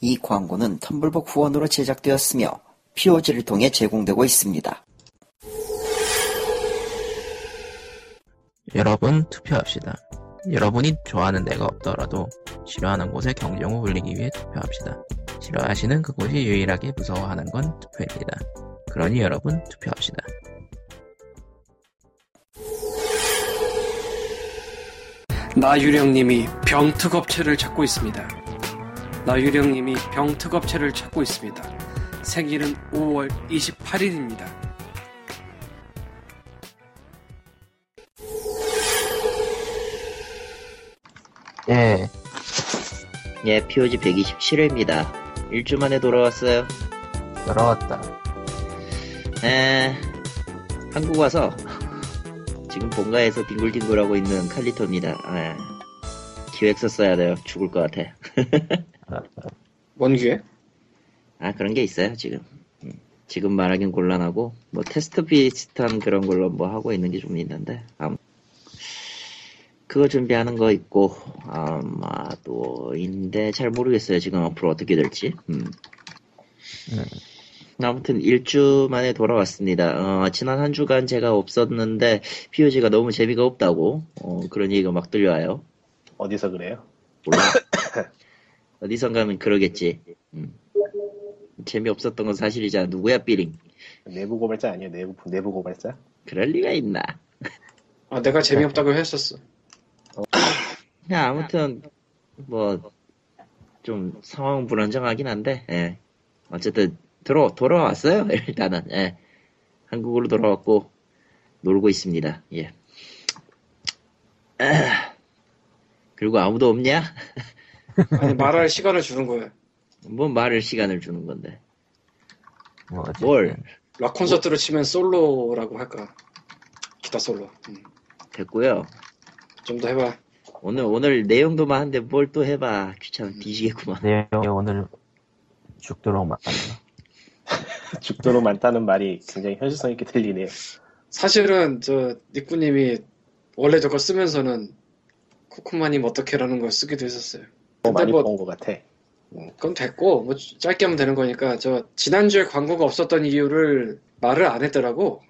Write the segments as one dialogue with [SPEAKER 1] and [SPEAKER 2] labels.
[SPEAKER 1] 이 광고는 텀블벅 후원으로 제작되었으며 POG를 통해 제공되고 있습니다.
[SPEAKER 2] 여러분 투표합시다. 여러분이 좋아하는 데가 없더라도 싫어하는 곳에 경종을 울리기 위해 투표합시다. 싫어하시는 그곳이 유일하게 무서워하는 건 투표입니다. 그러니 여러분 투표합시다.
[SPEAKER 3] 나유령님이 병특업체를 찾고 있습니다. 나유령님이 병특업체를 찾고 있습니다. 생일은 5월 28일입니다.
[SPEAKER 2] 예,
[SPEAKER 1] 예, POG 127회입니다. 일주 만에 돌아왔어요.
[SPEAKER 2] 돌아왔다.
[SPEAKER 1] 에, 한국 와서 지금 본가에서 뒹굴뒹굴하고 있는 칼리토입니다. 에, 기획서 써야 돼요. 죽을 것 같아.
[SPEAKER 4] 뭔 기회?
[SPEAKER 1] 아 그런 게 있어요 지금 음, 지금 말하긴 곤란하고 뭐 테스트 비슷한 그런 걸로 뭐 하고 있는 게 좀 있는데 아무 그거 준비하는 거 있고 아마도인데 잘 모르겠어요 지금 앞으로 어떻게 될지 음. 아무튼 일주 만에 돌아왔습니다. 어, 지난 한 주간 제가 없었는데 POG가 너무 재미가 없다고 어, 그런 얘기가 막 들려와요.
[SPEAKER 4] 어디서 그래요?
[SPEAKER 1] 몰라. 어디선가는 그러겠지. 음. 재미없었던 건 사실이잖아. 누구야, 삐링.
[SPEAKER 4] 내부 고발자 아니에요? 내부 내부 고발자?
[SPEAKER 1] 그럴 리가 있나.
[SPEAKER 5] 아, 내가 재미없다고 했었어.
[SPEAKER 1] 야, 아무튼, 뭐, 좀 상황 불안정하긴 한데, 예. 어쨌든, 들어, 돌아왔어요. 일단은, 예. 한국으로 돌아왔고, 놀고 있습니다. 예. 아, 그리고 아무도 없냐?
[SPEAKER 5] 아니, 말할 시간을 주는 거예요.
[SPEAKER 1] 뭔뭐 말을 시간을 주는 건데.
[SPEAKER 2] 뭐 어쨌든
[SPEAKER 1] 뭘.
[SPEAKER 5] 락 콘서트로 치면 솔로라고 할까. 기타 솔로. 음,
[SPEAKER 1] 됐고요.
[SPEAKER 5] 좀 더 해봐.
[SPEAKER 1] 오늘, 오늘 내용도 많은데 뭘 또 해봐. 귀찮아. 뒤지겠구만.
[SPEAKER 2] 내용이 오늘 죽도록 만났나.
[SPEAKER 4] 죽도록 많다는 말이 굉장히 현실성 있게 들리네요.
[SPEAKER 5] 사실은, 저, 니꾸님이 원래 저걸 쓰면서는 코코마님 어떻게라는 걸 쓰기도 했었어요.
[SPEAKER 4] 너무 많이
[SPEAKER 5] 뭐-
[SPEAKER 4] 본것 같아.
[SPEAKER 5] 그건 됐고, 뭐, 짧게 하면 되는 거니까, 저, 지난주에 광고가 없었던 이유를 말을 안 했더라고.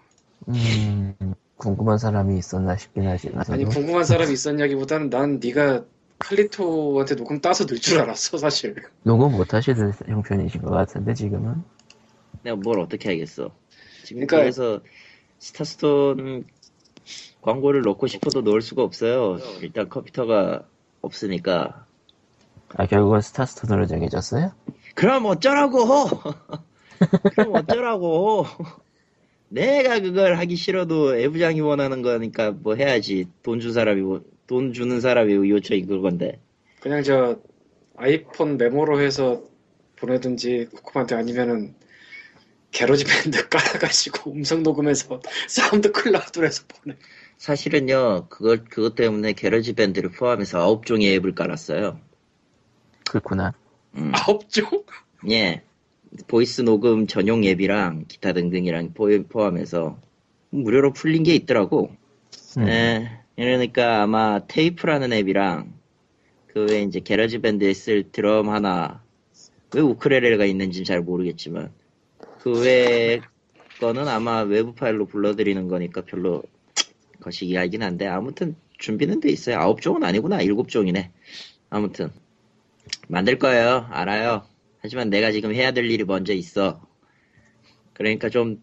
[SPEAKER 2] 음, 궁금한 사람이 있었나 싶긴 하지만.
[SPEAKER 5] 아니,
[SPEAKER 2] 저도.
[SPEAKER 5] 궁금한 사람이 있었냐기보다는 난 네가 칼리토한테 녹음 따서 넣을 줄 알았어, 사실.
[SPEAKER 2] 녹음 못 하시는 형편이신 것 같은데 지금은
[SPEAKER 1] 내가 뭘 어떻게 알겠어. 지금
[SPEAKER 5] 그러니까-
[SPEAKER 1] 그래서 스타스톤 광고를 넣고 싶어도 넣을 수가 없어요. 일단 컴퓨터가 없으니까.
[SPEAKER 2] 아 결국은 스타스톤으로 정해졌어요?
[SPEAKER 1] 그럼 어쩌라고! 그럼 어쩌라고! 내가 그걸 하기 싫어도 애부장이 원하는 거니까 뭐 해야지. 돈 준 사람이, 원- 돈 주는 사람이 요청인 그건데.
[SPEAKER 5] 그냥 저 아이폰 메모로 해서 보내든지 코코한테 아니면은 게러지 밴드 깔아가지고 음성 녹음해서 사운드 클라우드로 해서 보내.
[SPEAKER 1] 사실은요, 그걸, 그것 때문에 게러지 밴드를 포함해서 아홉 종의 앱을 깔았어요.
[SPEAKER 2] 그렇구나.
[SPEAKER 1] 음.
[SPEAKER 5] 아홉 종?
[SPEAKER 1] 예. 보이스 녹음 전용 앱이랑 기타 등등이랑 포- 포함해서 무료로 풀린 게 있더라고.
[SPEAKER 2] 음.
[SPEAKER 1] 예. 그러니까 아마 테이프라는 앱이랑 그 외에 이제 게러지 밴드에 쓸 드럼 하나 왜 우크렐레가 있는지는 잘 모르겠지만 그 외 거는 아마 외부 파일로 불러드리는 거니까 별로 거시기 하긴 한데 아무튼 준비는 돼 있어요. 아홉 종은 아니구나. 일곱 종이네. 아무튼 만들 거예요. 알아요. 하지만 내가 지금 해야 될 일이 먼저 있어. 그러니까 좀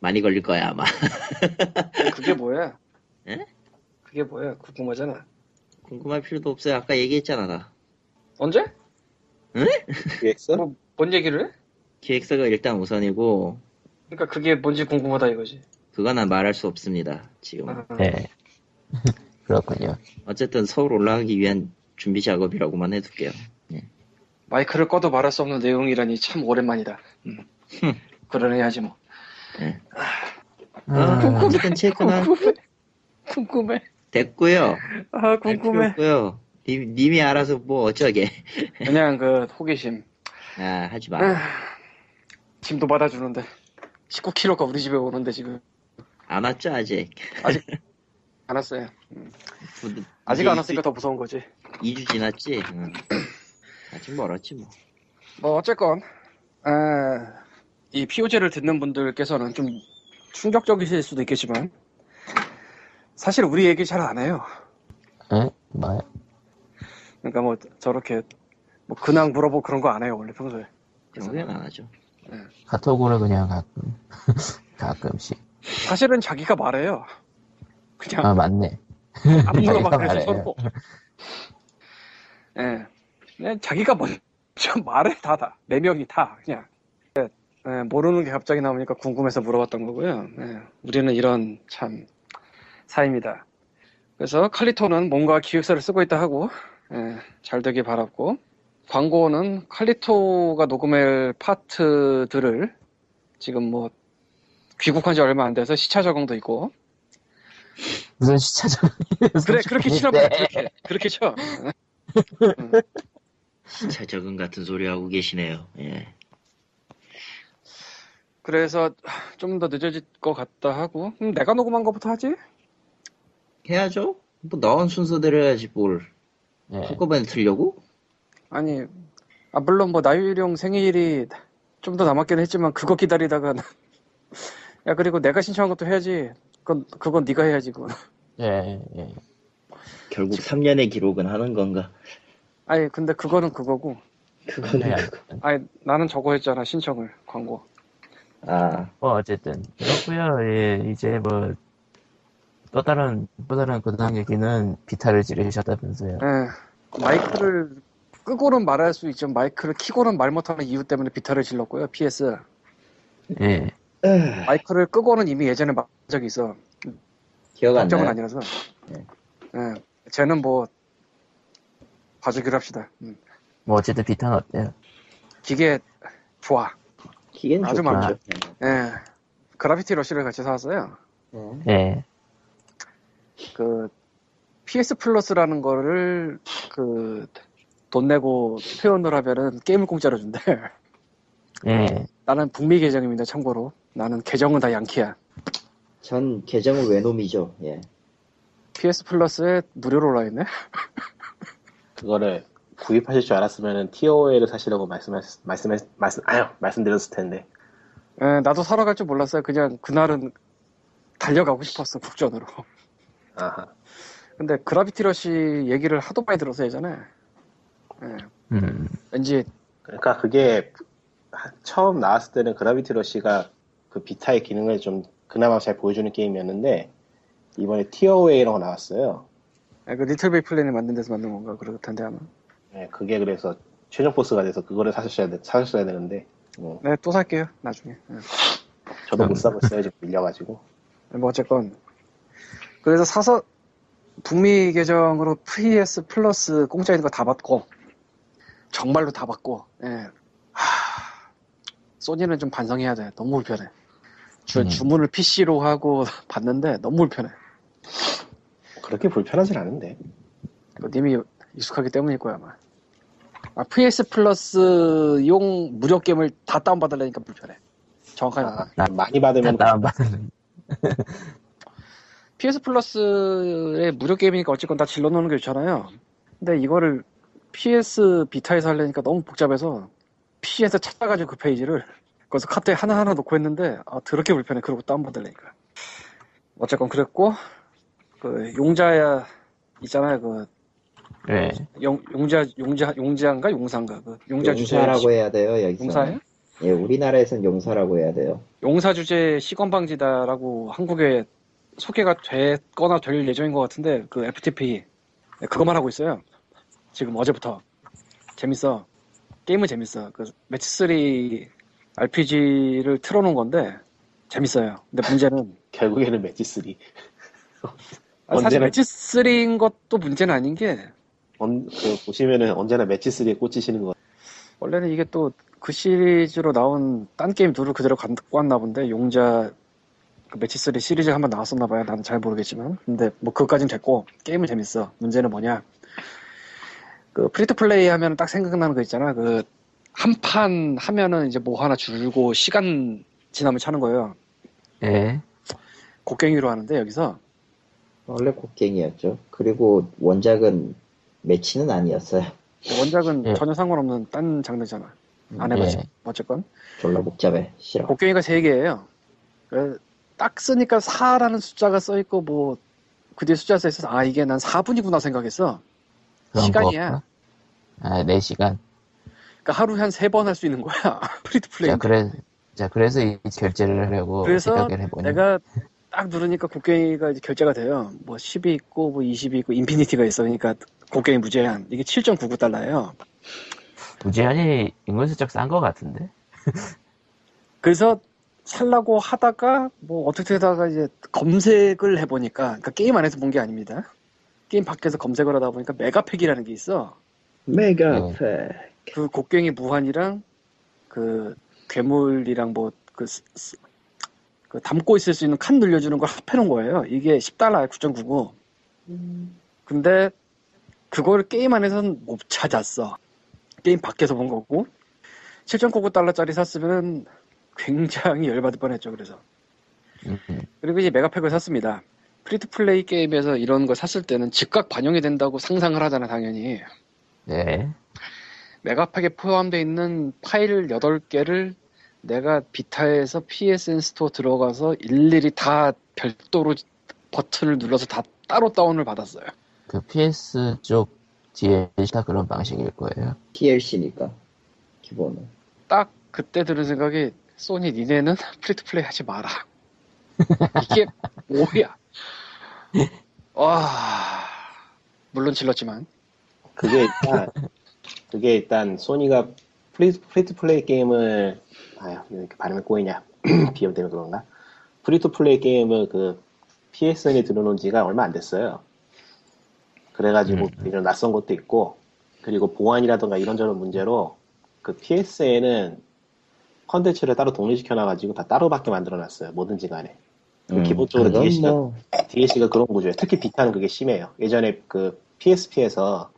[SPEAKER 1] 많이 걸릴 거야 아마.
[SPEAKER 5] 그게 뭐야?
[SPEAKER 1] 예?
[SPEAKER 5] 그게 뭐야? 궁금하잖아.
[SPEAKER 1] 궁금할 필요도 없어요. 아까 얘기했잖아 나.
[SPEAKER 5] 언제?
[SPEAKER 4] UX?
[SPEAKER 5] 뭐, 뭔 얘기를 해?
[SPEAKER 1] 기획사가 일단 우선이고
[SPEAKER 5] 그러니까 그게 뭔지 궁금하다 이거지.
[SPEAKER 1] 그건 난 말할 수 없습니다. 지금
[SPEAKER 5] 아,
[SPEAKER 2] 네. 그렇군요.
[SPEAKER 1] 어쨌든 서울 올라가기 위한 준비 작업이라고만 해둘게요.
[SPEAKER 5] 마이크를 꺼도 말할 수 없는 내용이라니 참 오랜만이다. 음. 그러네 하지 뭐.
[SPEAKER 1] 아,
[SPEAKER 2] 아,
[SPEAKER 1] 어쨌든 체크나
[SPEAKER 5] 궁금해.
[SPEAKER 1] 됐고요.
[SPEAKER 5] 아
[SPEAKER 1] 할 필요 없고요. 님, 님이 알아서 뭐 어쩌게.
[SPEAKER 5] 그냥 그 호기심.
[SPEAKER 1] 아 하지 마.
[SPEAKER 5] 아, 짐도 받아주는데 19kg가 우리 집에 오는데 지금
[SPEAKER 1] 안 왔죠 아직.
[SPEAKER 5] 안 왔어요
[SPEAKER 1] 부-
[SPEAKER 5] 아직
[SPEAKER 1] 이제
[SPEAKER 5] 안 왔으니까 더 무서운 거지
[SPEAKER 1] 2주 지났지? 응. 아직 멀었지 뭐.
[SPEAKER 5] 뭐 어쨌건 아, 이 POJ를 듣는 분들께서는 좀 충격적이실 수도 있겠지만 사실 우리 얘기 잘 안 해요.
[SPEAKER 6] 에? 뭐야?
[SPEAKER 5] 그러니까 뭐 저렇게 뭐 근황 물어보고 그런 거 안 해요 원래 평소에.
[SPEAKER 1] 그런 건 안 하죠.
[SPEAKER 6] 카톡으로 그냥 가끔 가끔씩
[SPEAKER 5] 사실은 자기가 말해요. 그냥
[SPEAKER 6] 아 맞네
[SPEAKER 5] 안 물어봐
[SPEAKER 6] 자기가
[SPEAKER 5] 그래서
[SPEAKER 6] 말해요.
[SPEAKER 5] 서로. 예. 그냥 자기가 먼저 말해 다다 네 명이 다 그냥. 예, 예, 모르는 게 갑자기 나오니까 궁금해서 물어봤던 거고요. 예, 우리는 이런 참 사입니다. 그래서 칼리토는 뭔가 기획서를 쓰고 있다 하고 예, 잘 되길 바랐고 광고는 칼리토가 녹음할 파트들을 지금 뭐 귀국한 지 얼마 안 돼서 시차 적응도 있고
[SPEAKER 6] 무슨 시차적
[SPEAKER 5] 그래 그렇게 치나 보다
[SPEAKER 6] 네.
[SPEAKER 5] 그렇게 그렇게 쳐
[SPEAKER 1] 진짜 적응 같은 소리 하고 계시네요. 예.
[SPEAKER 5] 그래서 좀 더 늦어질 것 같다 하고 음, 내가 녹음한 것부터 하지
[SPEAKER 1] 해야죠. 뭐 나온 순서대로 해야지 뭘
[SPEAKER 6] 예.
[SPEAKER 1] 한꺼번에 틀려고?
[SPEAKER 5] 아니 아 물론 뭐 나유일용 생일이 좀 더 남았긴 했지만 그거 기다리다가 야 그리고 내가 신청한 것도 해야지 그건 그건 네가 해야지 그건
[SPEAKER 6] 예, 예.
[SPEAKER 1] 결국 3년의 기록은 하는 건가?
[SPEAKER 5] 아니 근데 그거는 그거고
[SPEAKER 1] 그거는
[SPEAKER 6] 해야-
[SPEAKER 1] 그거.
[SPEAKER 5] 아니 나는 저거 했잖아 신청을 광고
[SPEAKER 1] 아
[SPEAKER 6] 뭐 어쨌든 그렇고요. 예, 이제 뭐 또 다른 또 다른 근황 얘기는 비타를 지르셨다면서요.
[SPEAKER 5] 예 마이크를 끄고는 말할 수 있지만 마이크를 키고는 말 못하는 이유 때문에 비타를 질렀고요 PS
[SPEAKER 6] 예.
[SPEAKER 1] 에휴,
[SPEAKER 5] 마이크를 끄고는 이미 예전에 말한 적이 있어
[SPEAKER 1] 기억 안
[SPEAKER 5] 걱정은
[SPEAKER 1] 나요.
[SPEAKER 5] 아니라서.
[SPEAKER 1] 네.
[SPEAKER 5] 예. 쟤는 뭐, 봐주기로 합시다. 음.
[SPEAKER 6] 뭐 어쨌든 비타는 어때요?
[SPEAKER 5] 기계 좋아.
[SPEAKER 1] 기계는
[SPEAKER 5] 아주
[SPEAKER 1] 좋겠죠.
[SPEAKER 6] 많아요.
[SPEAKER 5] 예. 그라비티 러쉬를 같이 사왔어요.
[SPEAKER 1] 예.
[SPEAKER 6] 예.
[SPEAKER 5] 그, PS 플러스라는 거를, 그, 돈 내고 회원을 하면은 게임을 공짜로 준대.
[SPEAKER 6] 예.
[SPEAKER 5] 나는 북미 계정입니다, 참고로. 나는 계정은 다 양키야.
[SPEAKER 1] 전 계정은 외놈이죠. 예.
[SPEAKER 5] PS 플러스에 무료로 올라있네?
[SPEAKER 4] 그거를 구입하실 줄 알았으면 TOL을 사시라고 말씀하, 말씀하, 말씀, 아유, 말씀드렸을 텐데.
[SPEAKER 5] 예, 나도 사러 갈 줄 몰랐어요. 그냥 그날은 달려가고 싶었어, 국전으로.
[SPEAKER 4] 아하.
[SPEAKER 5] 근데 그라비티 러쉬 얘기를 하도 많이 들어서 예전에 예,
[SPEAKER 6] 음.
[SPEAKER 5] 왠지
[SPEAKER 4] 그러니까 그게 하- 처음 나왔을 때는 그라비티 러시가 그 비타의 기능을 좀 그나마 잘 보여주는 게임이었는데, 이번에 TOA라고 나왔어요.
[SPEAKER 5] 아, 그 리틀 베이 플랜이 만든 데서 만든 건가 그럴 텐데 아마
[SPEAKER 4] 네, 그게 그래서 최종 보스가 돼서 그거를 사셨어야, 되- 사셨어야 되는데, 뭐,
[SPEAKER 5] 네 또 살게요 나중에 예.
[SPEAKER 4] 저도 못 사고 있어요. 지금 밀려가지고.
[SPEAKER 5] 뭐 어쨌건 그래서 사서 북미 계정으로 PS 플러스 공짜인 거 다 받고 정말로 다 받고 예. 하, 소니는 좀 반성해야 돼 너무 불편해 주,
[SPEAKER 6] 음.
[SPEAKER 5] 주문을 PC로 하고 받는데 너무 불편해
[SPEAKER 4] 그렇게 불편하진 않은데.
[SPEAKER 5] 그 님이 익숙하기 때문일 거야 아마. 아, PS 플러스용 무료 게임을 다 다운받으려니까 불편해. 정확하게
[SPEAKER 4] 아,
[SPEAKER 5] 말하면.
[SPEAKER 6] 나-
[SPEAKER 4] 많이
[SPEAKER 5] 네, 뭐.
[SPEAKER 4] 받으면
[SPEAKER 6] 다운받는
[SPEAKER 5] PS 플러스의 무료 게임이니까 어쨌건 다 질러놓는 게 좋잖아요.
[SPEAKER 1] 음.
[SPEAKER 5] 근데 이거를 PS 비타에서 하려니까 너무 복잡해서 PC에서 찾아가지고 그 페이지를 그래서 카트에 하나하나 놓고 했는데 아 더럽게 불편해. 그러고 다운받으려니까. 어쨌건 그랬고 그 용자야 있잖아요. 그
[SPEAKER 6] 예.
[SPEAKER 5] 용, 용자 용자 용자인가 용사인가 그 용자 주제
[SPEAKER 1] 용사라고 해야 돼요 여기서.
[SPEAKER 5] 용사예요?
[SPEAKER 1] 예, 우리나라에선 용사라고 해야 돼요.
[SPEAKER 5] 용사 주제 시건 방지다라고 한국에 소개가 됐거나 될 예정인 것 같은데 그 FTP 네, 그것만 하고 있어요. 지금 어제부터 재밌어. 게임은 재밌어. 그 매치 3 RPG를 틀어놓은 건데 재밌어요. 근데 문제는
[SPEAKER 4] 결국에는 매지3.
[SPEAKER 5] 아, 사실
[SPEAKER 4] 언제나,
[SPEAKER 5] 매치 3인 것도 문제는 아닌 게
[SPEAKER 4] 언- 그 보시면은 언제나 매지3에 꽂히시는 거.
[SPEAKER 5] 원래는 이게 또 그 시리즈로 나온 딴 게임 둘을 그대로 갖고 왔나 본데 용자 그 매치3 시리즈 한번 나왔었나 봐요 난 잘 모르겠지만 근데 뭐 그것까진 됐고 게임은 재밌어 문제는 뭐냐 그 프리투 플레이 하면 딱 생각나는 거 있잖아 그 한 판 하면은 이제 뭐 하나 줄고 시간 지나면 차는 거예요
[SPEAKER 6] 예.
[SPEAKER 5] 곡괭이로 하는데 여기서
[SPEAKER 1] 원래 곡괭이였죠. 그리고 원작은 매치는 아니었어요.
[SPEAKER 5] 원작은
[SPEAKER 6] 예.
[SPEAKER 5] 전혀 상관없는 딴 장르잖아 안 해봤지. 어쨌건
[SPEAKER 1] 졸라 복잡해. 싫어.
[SPEAKER 5] 복경이가 세 개예요. 그딱 쓰니까 4라는 숫자가 써 있고 뭐 그 뒤에 숫자 써 있어서 아 이게 난 4분이구나 생각했어.
[SPEAKER 6] 그런
[SPEAKER 5] 시간이야.
[SPEAKER 6] 거 없나? 뭐 아, 4시간.
[SPEAKER 5] 그러니까 하루에 한 세 번 할 수 있는 거야. 프리트 플레이.
[SPEAKER 2] 아,
[SPEAKER 6] 자, 그래, 자, 그래서 이 결제를 하려고
[SPEAKER 5] 네. 그래서
[SPEAKER 6] 생각을 해보니.
[SPEAKER 5] 내가 딱 누르니까 곡괭이가 이제 결제가 돼요. 뭐 10이 있고 뭐 20이 있고 인피니티가 있어. 그러니까 곡괭이 무제한. 이게 7.99달러예요.
[SPEAKER 6] 무제한이 인근수적 싼 거 같은데?
[SPEAKER 5] 그래서 살라고 하다가 뭐 어떻게 되다가 이제 검색을 해보니까 그러니까 게임 안에서 본 게 아닙니다. 게임 밖에서 검색을 하다 보니까 메가팩이라는 게 있어.
[SPEAKER 1] 메가팩.
[SPEAKER 5] 그 곡괭이 무한이랑 그 괴물이랑 뭐 그 담고 있을 수 있는 칸 늘려주는 걸 합해놓은 거예요. 이게 10달러에 9.99. 근데 그걸 게임 안에서는 못 찾았어. 게임 밖에서 본 거고 7.99달러짜리 샀으면 굉장히 열받을 뻔했죠. 그래서
[SPEAKER 6] 음, 음.
[SPEAKER 5] 그리고 이제 메가팩을 샀습니다. 프리투플레이 게임에서 이런 걸 샀을 때는 즉각 반영이 된다고 상상을 하잖아 당연히.
[SPEAKER 6] 네.
[SPEAKER 5] 메가팩에 포함되어 있는 파일 8개를 내가 비타에서 PSN 스토어 들어가서 일일이 다 별도로 버튼을 눌러서 다 따로 다운을 받았어요.
[SPEAKER 6] 그 PS 쪽 DLC다 그런 방식일 거예요.
[SPEAKER 1] TLC니까. 기본은.
[SPEAKER 5] 딱 그때 들은 생각이 소니 니네는 프리투플레이 하지 마라. 이게 뭐야? 와 물론 질렀지만
[SPEAKER 4] 그게 일단 그게 일단 소니가 프리, 프리트 플레이 게임을 아유 왜 이렇게 발음이 꼬이냐 비염 때문에 그런가 프리트 플레이 게임을 그 PSN에 들어놓은 지가 얼마 안 됐어요 그래가지고
[SPEAKER 1] 음.
[SPEAKER 4] 이런 낯선 것도 있고 그리고 보안이라던가 이런저런 문제로 그 PSN은 컨텐츠를 따로 독립시켜놔가지고 다 따로밖에 만들어놨어요 뭐든지 간에
[SPEAKER 1] 음,
[SPEAKER 4] 기본적으로
[SPEAKER 1] 그건
[SPEAKER 4] DLC가
[SPEAKER 1] 뭐
[SPEAKER 4] DLC가 그런 구조예요. 특히 비타는 그게 심해요. 예전에 그 PSP에서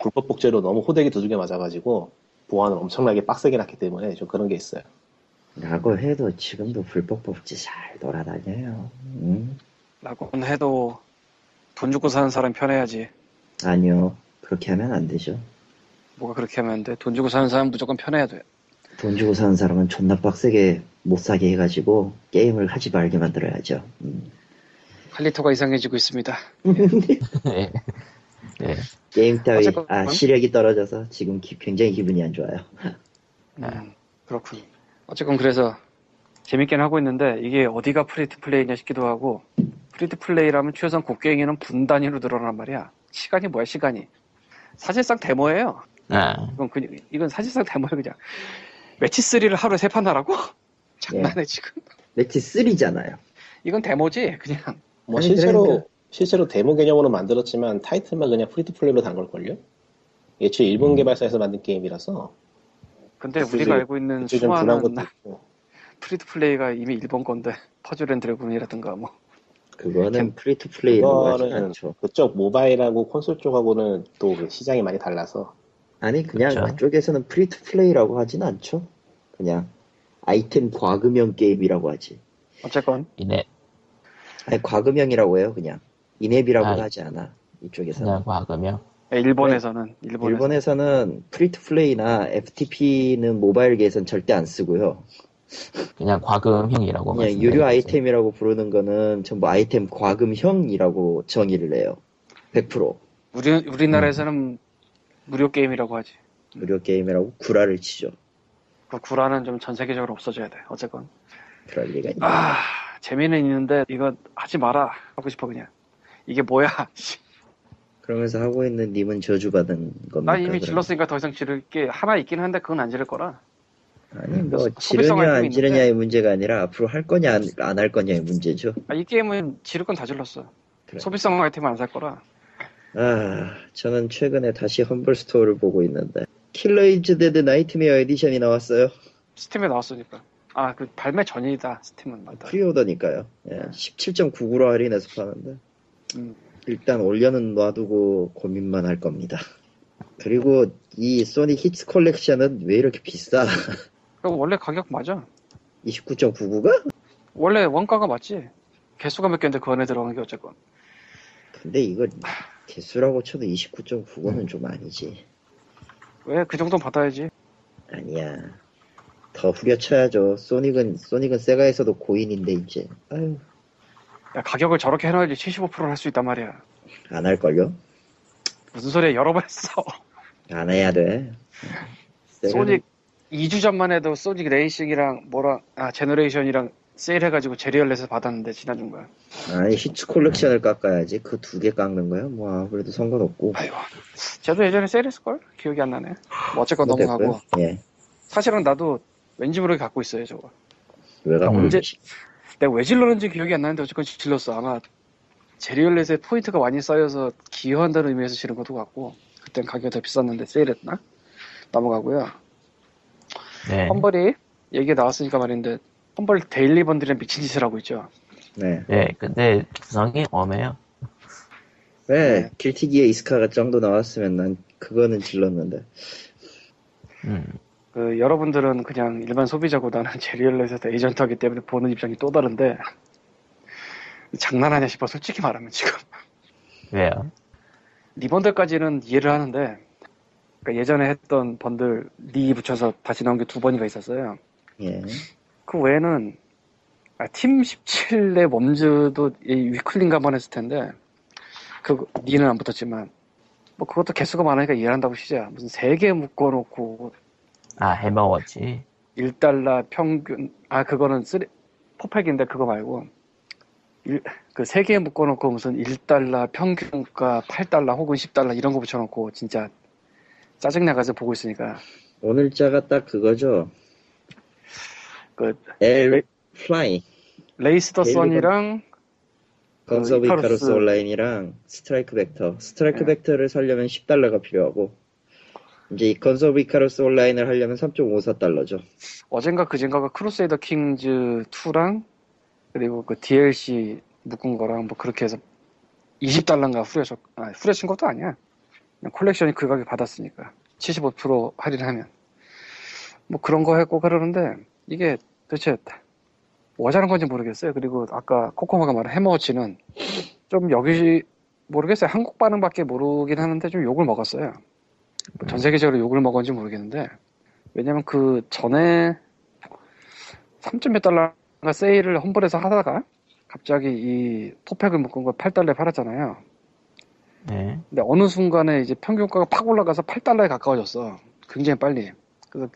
[SPEAKER 4] 불법 복제로 너무 호되게 두들겨 맞아가지고 보안을 엄청나게 빡세게 났기 때문에 좀 그런 게 있어요.
[SPEAKER 1] 라고 해도 지금도 불법 법지 잘 돌아다녀요. 음.
[SPEAKER 5] 라고는 해도 돈 주고 사는 사람 편해야지.
[SPEAKER 1] 아니요. 그렇게 하면 안 되죠.
[SPEAKER 5] 뭐가 그렇게 하면 안 돼. 돈 주고 사는 사람 무조건 편해야 돼.
[SPEAKER 1] 돈 주고 사는 사람은 존나 빡세게 못 사게 해가지고 게임을 하지 말게 만들어야죠. 음.
[SPEAKER 5] 칼리토가 이상해지고 있습니다.
[SPEAKER 6] 예. 예.
[SPEAKER 1] 게임 따위
[SPEAKER 5] 어쨌건-
[SPEAKER 1] 아 시력이 떨어져서 지금 기- 굉장히 기분이 안 좋아요.
[SPEAKER 5] 음, 그렇군. 어쨌건 그래서 재밌긴 하고 있는데 이게 어디가 프리트 플레이냐 싶기도 하고 프리트 플레이라면 최소한 곡괭이는 분 단위로 늘어난 말이야. 시간이 뭐야 시간이. 사실상 데모예요.
[SPEAKER 6] 아,
[SPEAKER 5] 이건 그냥, 이건 사실상 데모예요 그냥. 매치 3를 하루에 세 판 하라고? 장난해 지금.
[SPEAKER 1] 매치 3잖아요.
[SPEAKER 5] 이건 데모지 그냥.
[SPEAKER 4] 뭐
[SPEAKER 1] 아니,
[SPEAKER 4] 실제로
[SPEAKER 1] 그래요.
[SPEAKER 4] 실제로 데모 개념으로 만들었지만 타이틀만 그냥 프리트 플레이로 단 걸걸요? 예초에 일본
[SPEAKER 1] 음.
[SPEAKER 4] 개발사에서 만든 게임이라서
[SPEAKER 5] 근데
[SPEAKER 4] 그치,
[SPEAKER 5] 우리가
[SPEAKER 4] 그-
[SPEAKER 5] 알고 있는
[SPEAKER 4] 이제 좀 분한
[SPEAKER 5] 수많은
[SPEAKER 4] 것도 있고
[SPEAKER 5] 프리트 플레이가 이미 일본 건데 퍼즐앤드래곤이라든가 뭐
[SPEAKER 1] 그거는 프리 투 플레이라고 뭐 하진
[SPEAKER 4] 그거는-
[SPEAKER 1] 않죠.
[SPEAKER 4] 그쪽 모바일하고 콘솔 쪽하고는 또그 시장이 많이 달라서
[SPEAKER 1] 아니 그냥
[SPEAKER 6] 그쵸.
[SPEAKER 1] 그쪽에서는 프리 투 플레이라고 하진 않죠. 그냥 아이템 과금형 게임이라고 하지.
[SPEAKER 5] 어쨌건
[SPEAKER 6] 이네.
[SPEAKER 1] 아니 과금형이라고 해요 그냥. 인앱이라고
[SPEAKER 6] 아,
[SPEAKER 1] 하지 않아.
[SPEAKER 2] 네.
[SPEAKER 1] 이쪽에서는.
[SPEAKER 6] 그냥 과금형.
[SPEAKER 5] 네, 일본에서는 일본에서
[SPEAKER 1] 일본에서는 프리투플레이나 FTP는 모바일계에선 절대 안 쓰고요.
[SPEAKER 6] 그냥 과금형이라고.
[SPEAKER 1] 그냥
[SPEAKER 6] 말씀드리겠어요.
[SPEAKER 1] 유료 아이템이라고 부르는 거는 전부 아이템 과금형이라고 정의를 해요. 100%
[SPEAKER 5] 우리 우리나라에서는 무료 게임이라고 하지.
[SPEAKER 1] 무료 게임이라고 구라를 치죠.
[SPEAKER 5] 그 구라는 좀 전 세계적으로 없어져야 돼. 어쨌건
[SPEAKER 1] 그럴 리가 있나?
[SPEAKER 5] 아 재미는 있는데 이거 하지 마라 하고 싶어 그냥. 이게 뭐야?
[SPEAKER 1] 음,
[SPEAKER 5] 씨,
[SPEAKER 1] 그러면서 하고 있는 님은 저주받은 겁니까?
[SPEAKER 5] 나 아, 이미
[SPEAKER 1] 그럼?
[SPEAKER 5] 질렀으니까 더 이상 지를 게 하나 있긴 한데 그건 안 지를 거라.
[SPEAKER 1] 아니 뭐
[SPEAKER 5] 소비성
[SPEAKER 1] 지르냐
[SPEAKER 5] 활동이
[SPEAKER 1] 안
[SPEAKER 5] 있는데.
[SPEAKER 1] 지르냐의 문제가 아니라 앞으로 할 거냐 안 할 거냐의 문제죠.
[SPEAKER 5] 아, 이 게임은 지를 건 다 질렀어.
[SPEAKER 1] 그래.
[SPEAKER 5] 소비성 아이템 안 살 거라.
[SPEAKER 1] 아, 저는 최근에 다시 험블 스토어를 보고 있는데 킬러 이즈 데드 나이트메어 에디션이 나왔어요.
[SPEAKER 5] 스팀에 나왔으니까. 아 그 발매 전이다 스팀은 맞다.
[SPEAKER 1] 그- 프리오더니까요. 예, 17.99로 할인해서 파는데
[SPEAKER 5] 음.
[SPEAKER 1] 일단 올려는 놔두고 고민만 할 겁니다. 그리고 이 소니 히츠 컬렉션은 왜 이렇게 비싸?
[SPEAKER 5] 그거 원래 가격 맞아.
[SPEAKER 1] 29.99가?
[SPEAKER 5] 원래 원가가 맞지. 개수가 몇 개인데 그 안에 들어간 게 어쨌건.
[SPEAKER 1] 근데 이거 개수라고 쳐도 29.99는 좀 아니지.
[SPEAKER 5] 왜 그 정도 는 받아야지.
[SPEAKER 1] 아니야. 더 후려쳐야죠. 소닉은 소닉은 세가에서도 고인인데 이제 아유
[SPEAKER 5] 야, 가격을 저렇게 해놔야지 75%를 할 수 있단 말이야.
[SPEAKER 1] 안 할 걸요?
[SPEAKER 5] 무슨 소리야, 여러 번 했어.
[SPEAKER 1] 안 해야 돼. 세가는
[SPEAKER 5] 소닉 2주 전만 해도 소닉 레이싱이랑 뭐랑 아 제너레이션이랑 세일해가지고 제리얼렛에서 받았는데 지나준 거야.
[SPEAKER 1] 아니 히츠 콜렉션을 깎아야지 그 두 개 깎는 거야? 뭐 아무래도 상관없고
[SPEAKER 5] 아이고. 쟤도 예전에 세일했을 걸? 기억이 안 나네. 뭐 어쨌건
[SPEAKER 1] 뭐
[SPEAKER 5] 넘어가고.
[SPEAKER 1] 됐고요. 예.
[SPEAKER 5] 사실은 나도 왠지 모르게 갖고 있어요 저거.
[SPEAKER 1] 왜 깎고
[SPEAKER 6] 음.
[SPEAKER 1] 있지?
[SPEAKER 5] 내가 왜 질렀는지 기억이 안 나는데 어쨌건 질렀어. 아마 제리얼렛에 포인트가 많이 쌓여서 기여한다는 의미에서 지른 것도 같고 그땐 가격이 더 비쌌는데 세일했나? 넘어가고요.
[SPEAKER 6] 네.
[SPEAKER 5] 험벌이 얘기 나왔으니까 말인데 험벌 데일리 번들이랑 미친 짓을 하고 있죠.
[SPEAKER 1] 네.
[SPEAKER 6] 네, 근데 구성이 엄해요.
[SPEAKER 1] 왜 길티기에 이스카가 정도 나왔으면 난 그거는 질렀는데.
[SPEAKER 6] 음.
[SPEAKER 5] 그 여러분들은 그냥 일반 소비자고 나는 제리얼렛에서 에이전트하기 때문에 보는 입장이 또 다른데 장난하냐 싶어 솔직히 말하면 지금
[SPEAKER 6] 왜요?
[SPEAKER 5] 리번들까지는 이해를 하는데 그러니까 예전에 했던 번들 리 붙여서 다시 나온 게 두 번이가 있었어요
[SPEAKER 1] 예.
[SPEAKER 5] 그 외에는 아, 팀 17의 웜즈도 이 위클링가 번 했을 텐데 그 니는 안 붙었지만 뭐 그것도 개수가 많으니까 이해한다고 시자 무슨 세 개 묶어놓고
[SPEAKER 6] 아, 해머워치.
[SPEAKER 5] 1달러 평균, 아, 그거는 쓰리, 포팩인데 그거 말고, 일- 그 3개 묶어놓고 무슨 1달러 평균가 8달러 혹은 10달러 이런 거 붙여놓고 진짜 짜증나가서 보고 있으니까.
[SPEAKER 1] 오늘자가 딱 그거죠.
[SPEAKER 5] 그,
[SPEAKER 1] 엘 플라이
[SPEAKER 5] 레이스 더
[SPEAKER 1] 제일
[SPEAKER 5] 선이랑,
[SPEAKER 1] 건서브
[SPEAKER 5] 어, 이카루스.
[SPEAKER 1] 이카루스 온라인이랑 스트라이크 벡터. 스트라이크
[SPEAKER 5] 예.
[SPEAKER 1] 벡터를 사려면 10달러가 필요하고 이제 이 건서브 이카루스 온라인을 하려면 3.54달러죠.
[SPEAKER 5] 어젠가 그젠가가 크루세이더 킹즈 2랑, 그리고 그 DLC 묶은 거랑 뭐 그렇게 해서 20달러인가 후려쳤, 아, 후려친 것도 아니야. 그냥 콜렉션이 그 가격 받았으니까. 75% 할인하면. 뭐 그런 거 했고 그러는데, 이게 도대체 뭐 하자는 건지 모르겠어요. 그리고 아까 코코마가 말한 해머워치는 좀 여기, 모르겠어요. 한국 반응밖에 모르긴 하는데 좀 욕을 먹었어요. 뭐전 세계적으로 욕을 먹었는지 모르겠는데, 왜냐면 그 전에 3점 몇 달러가 세일을 험벌에서 하다가 갑자기 이 포팩을 묶은 걸 8달러에 팔았잖아요.
[SPEAKER 6] 네.
[SPEAKER 5] 근데 어느 순간에 이제 평균가가 팍 올라가서 8달러에 가까워졌어. 굉장히 빨리.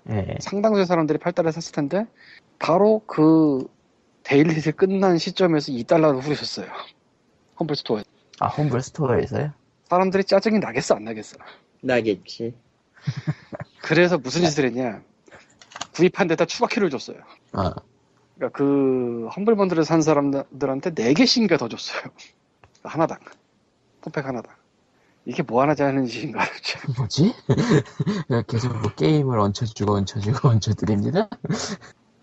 [SPEAKER 6] 네.
[SPEAKER 5] 상당수의 사람들이 8달러에 샀을 텐데 바로 그 데일리를 끝난 시점에서 2달러로 후려졌어요. 험벌 스토어에.
[SPEAKER 6] 아, 홈블 스토어에서요?
[SPEAKER 5] 사람들이 짜증이 나겠어 안 나겠어.
[SPEAKER 1] 나겠지.
[SPEAKER 5] 그래서 무슨 짓을 했냐. 구입한 데다 추가 키를 줬어요.
[SPEAKER 6] 아,
[SPEAKER 5] 그러니까 그 험블번들을 산 사람들한테 네개씩인가더 줬어요. 그러니까 하나당. 포팩 하나당. 이게 뭐 하나 자는 짓인가. 참.
[SPEAKER 6] 뭐지? 계속 뭐 게임을 얹혀주고 얹혀주고 얹혀드립니다?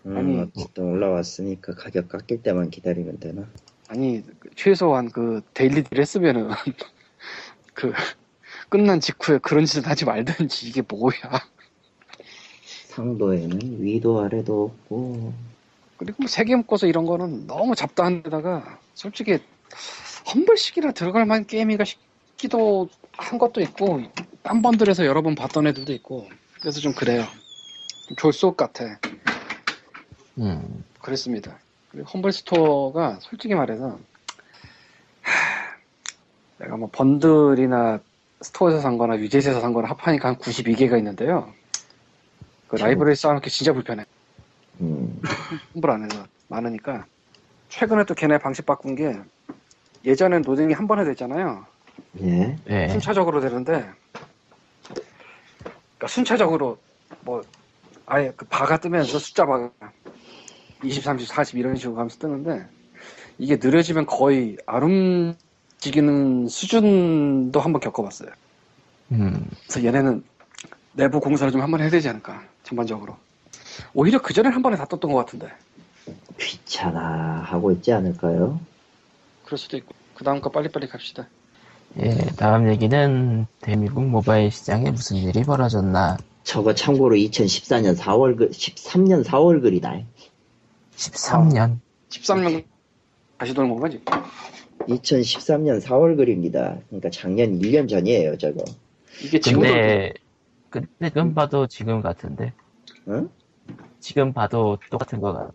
[SPEAKER 1] 음,
[SPEAKER 5] 아니.
[SPEAKER 1] 어쨌든 올라왔으니까 가격 깎일 때만 기다리면 되나?
[SPEAKER 5] 아니, 최소한 그 데일리 딜 했으면은 그 끝난 직후에 그런 짓을 하지 말든지 이게 뭐야.
[SPEAKER 1] 상도에는 위도 아래도 없고
[SPEAKER 5] 그리고 뭐 세계 묶어서 이런 거는 너무 잡다한 데다가 솔직히 험블식이라 들어갈 만한 게임인가 싶기도 한 것도 있고 딴 번들에서 여러 번 봤던 애들도 있고 그래서 좀 그래요 좀 졸속 같아
[SPEAKER 6] 음,
[SPEAKER 5] 그랬습니다 그리고 험블 스토어가 솔직히 말해서 하, 내가 뭐 번들이나 스토어에서 산 거나 위젯에서 산 거나 합하니까 한 92개가 있는데요 그 라이브러리 쌓아놓기 진짜 불편해
[SPEAKER 1] 음,
[SPEAKER 5] 환불 안 해서 많으니까 최근에 또 걔네 방식 바꾼 게 예전엔 로딩이 한 번에 됐잖아요
[SPEAKER 1] 예.
[SPEAKER 6] 네.
[SPEAKER 5] 순차적으로 되는데 그러니까 순차적으로 뭐 아예 그 바가 뜨면서 숫자 바가 20, 30, 40 이런 식으로 가면서 뜨는데 이게 느려지면 거의 안 움직이는 수준도 한번 겪어봤어요
[SPEAKER 6] 음,
[SPEAKER 5] 그래서 얘네는 내부 공사를 좀 한번 해야 되지 않을까 전반적으로 오히려 그전엔 한 번에 다 떴던 것 같은데
[SPEAKER 1] 귀찮아 하고 있지 않을까요?
[SPEAKER 5] 그럴 수도 있고 그 다음 거 빨리빨리 갑시다
[SPEAKER 6] 예, 다음 얘기는 대미국 모바일 시장에 무슨 일이 벌어졌나.
[SPEAKER 1] 저거 참고로 2014년 4월 글, 13년 4월 글이다.
[SPEAKER 6] 13년.
[SPEAKER 5] 13년 다시 도는 건 거지?
[SPEAKER 1] 2013년 4월 글입니다. 그러니까 작년 1년 전이에요, 저거.
[SPEAKER 5] 이게 지금도
[SPEAKER 6] 근데, 근데 지금 봐도 지금 같은데.
[SPEAKER 1] 응?
[SPEAKER 2] 지금 봐도 똑같은 것 같아.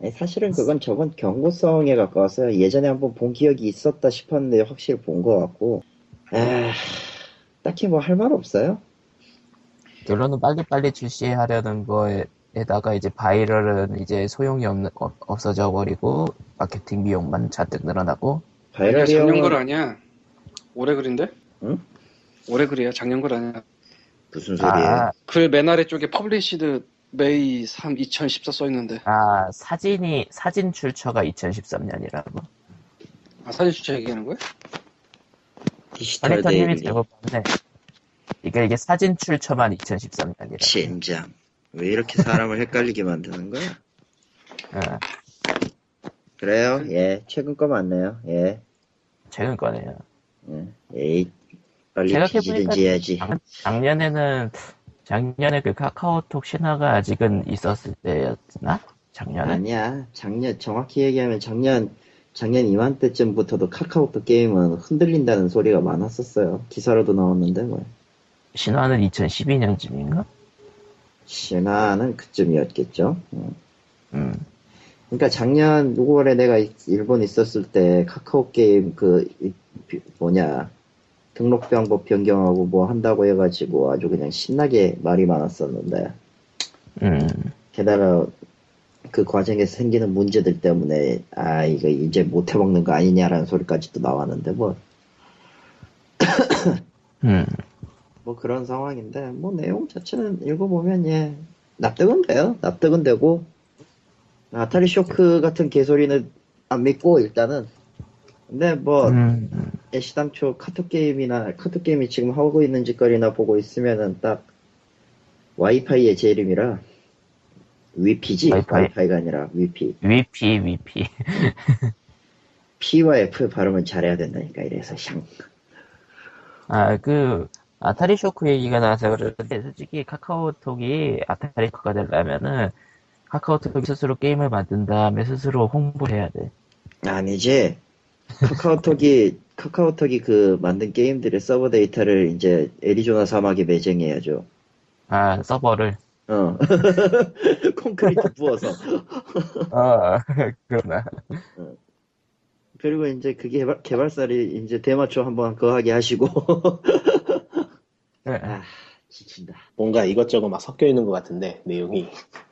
[SPEAKER 1] 아니, 예, 사실은 그건 저건 경고성에 가까워서 예전에 한번 본 기억이 있었다 싶었는데 확실히 본 것 같고 아, 딱히 뭐 할 말 없어요.
[SPEAKER 2] 결론은 빨리빨리 출시하려는 거에다가 이제 바이럴은 이제 소용이 없는, 없, 없어져 버리고 마케팅 비용만 잔뜩 늘어나고
[SPEAKER 1] 바이럴
[SPEAKER 7] 네, 작년 걸
[SPEAKER 1] 비용은
[SPEAKER 7] 아니야. 올해 글인데?
[SPEAKER 1] 응?
[SPEAKER 7] 올해 글이야. 작년 걸 아니야.
[SPEAKER 1] 무슨 소리예요?
[SPEAKER 2] 아,
[SPEAKER 7] 글 맨 아래 쪽에 퍼블리시드 메이 3 2014 써 있는데.
[SPEAKER 2] 아 사진이 사진 출처가 2013년이라고
[SPEAKER 7] 아 사진 주차 얘기하는 거야?
[SPEAKER 1] 디지털
[SPEAKER 2] 파리터님이
[SPEAKER 1] 데일리
[SPEAKER 2] 잘못 봤네 이게 이게 사진 출처만 2013년이라
[SPEAKER 1] 진장 왜 이렇게 사람을 헷갈리게 만드는 거야?
[SPEAKER 2] 응,
[SPEAKER 1] 그래요?
[SPEAKER 2] 네.
[SPEAKER 1] 예 최근 거 맞네요. 예
[SPEAKER 2] 최근 거네요
[SPEAKER 1] 에이 빨리
[SPEAKER 2] 생각해보니까
[SPEAKER 1] 뒤지든지 해야지.
[SPEAKER 2] 작, 작년에는 작년에 그 카카오톡 신화가 아직은 있었을 때였나? 작년에?
[SPEAKER 1] 아니야. 작년, 정확히 얘기하면 작년, 작년 이맘때쯤부터도 카카오톡 게임은 흔들린다는 소리가 많았었어요. 기사로도 나왔는데, 뭐.
[SPEAKER 2] 신화는 2012년쯤인가?
[SPEAKER 1] 신화는 그쯤이었겠죠. 음.
[SPEAKER 2] 음.
[SPEAKER 1] 그러니까 작년 6월에 내가 이- 일본 있었을 때 카카오 게임 그, 이- 비- 뭐냐, 등록 방법 변경하고 뭐 한다고 해가지고 아주 그냥 신나게 말이 많았었는데,
[SPEAKER 2] 음.
[SPEAKER 1] 게다가 그 과정에서 생기는 문제들 때문에, 아, 이거 이제 못 해먹는 거 아니냐라는 소리까지도 나왔는데, 뭐.
[SPEAKER 2] 음.
[SPEAKER 1] 뭐 그런 상황인데 뭐 내용 자체는 읽어보면 예 납득은 돼요 납득은 되고 아타리 쇼크 같은 개소리는 안 믿고 일단은 근데 뭐
[SPEAKER 2] 음. 음.
[SPEAKER 1] 애시당초 카톡 게임이나 카톡 게임이 지금 하고 있는 짓거리나 보고 있으면은 딱 와이파이의 제 이름이라 위피지
[SPEAKER 2] 와이파이.
[SPEAKER 1] 와이파이. 가 아니라 위피
[SPEAKER 2] 위피, 위피.
[SPEAKER 1] P와 F 발음은 잘해야 된다니까 이래서 샹
[SPEAKER 2] 아, 그, 아타리 쇼크 얘기가 나와서 그러는데, 솔직히 카카오톡이 아타리 쇼크가 되려면은, 카카오톡이 스스로 게임을 만든 다음에 스스로 홍보를 해야 돼.
[SPEAKER 1] 아니지. 카카오톡이 카카오톡이 그 만든 게임들의 서버 데이터를 이제 애리조나 사막에 매쟁해야죠.
[SPEAKER 2] 아, 서버를.
[SPEAKER 1] 어. 콘크리트 부어서. 어.
[SPEAKER 2] 아, 그러나.
[SPEAKER 1] 그리고 이제 그게 개발, 개발사를 이제 대마초 한번 그거 하게 하시고. 아, 지친다.
[SPEAKER 4] 뭔가 이것저것 막 섞여 있는 것 같은데 내용이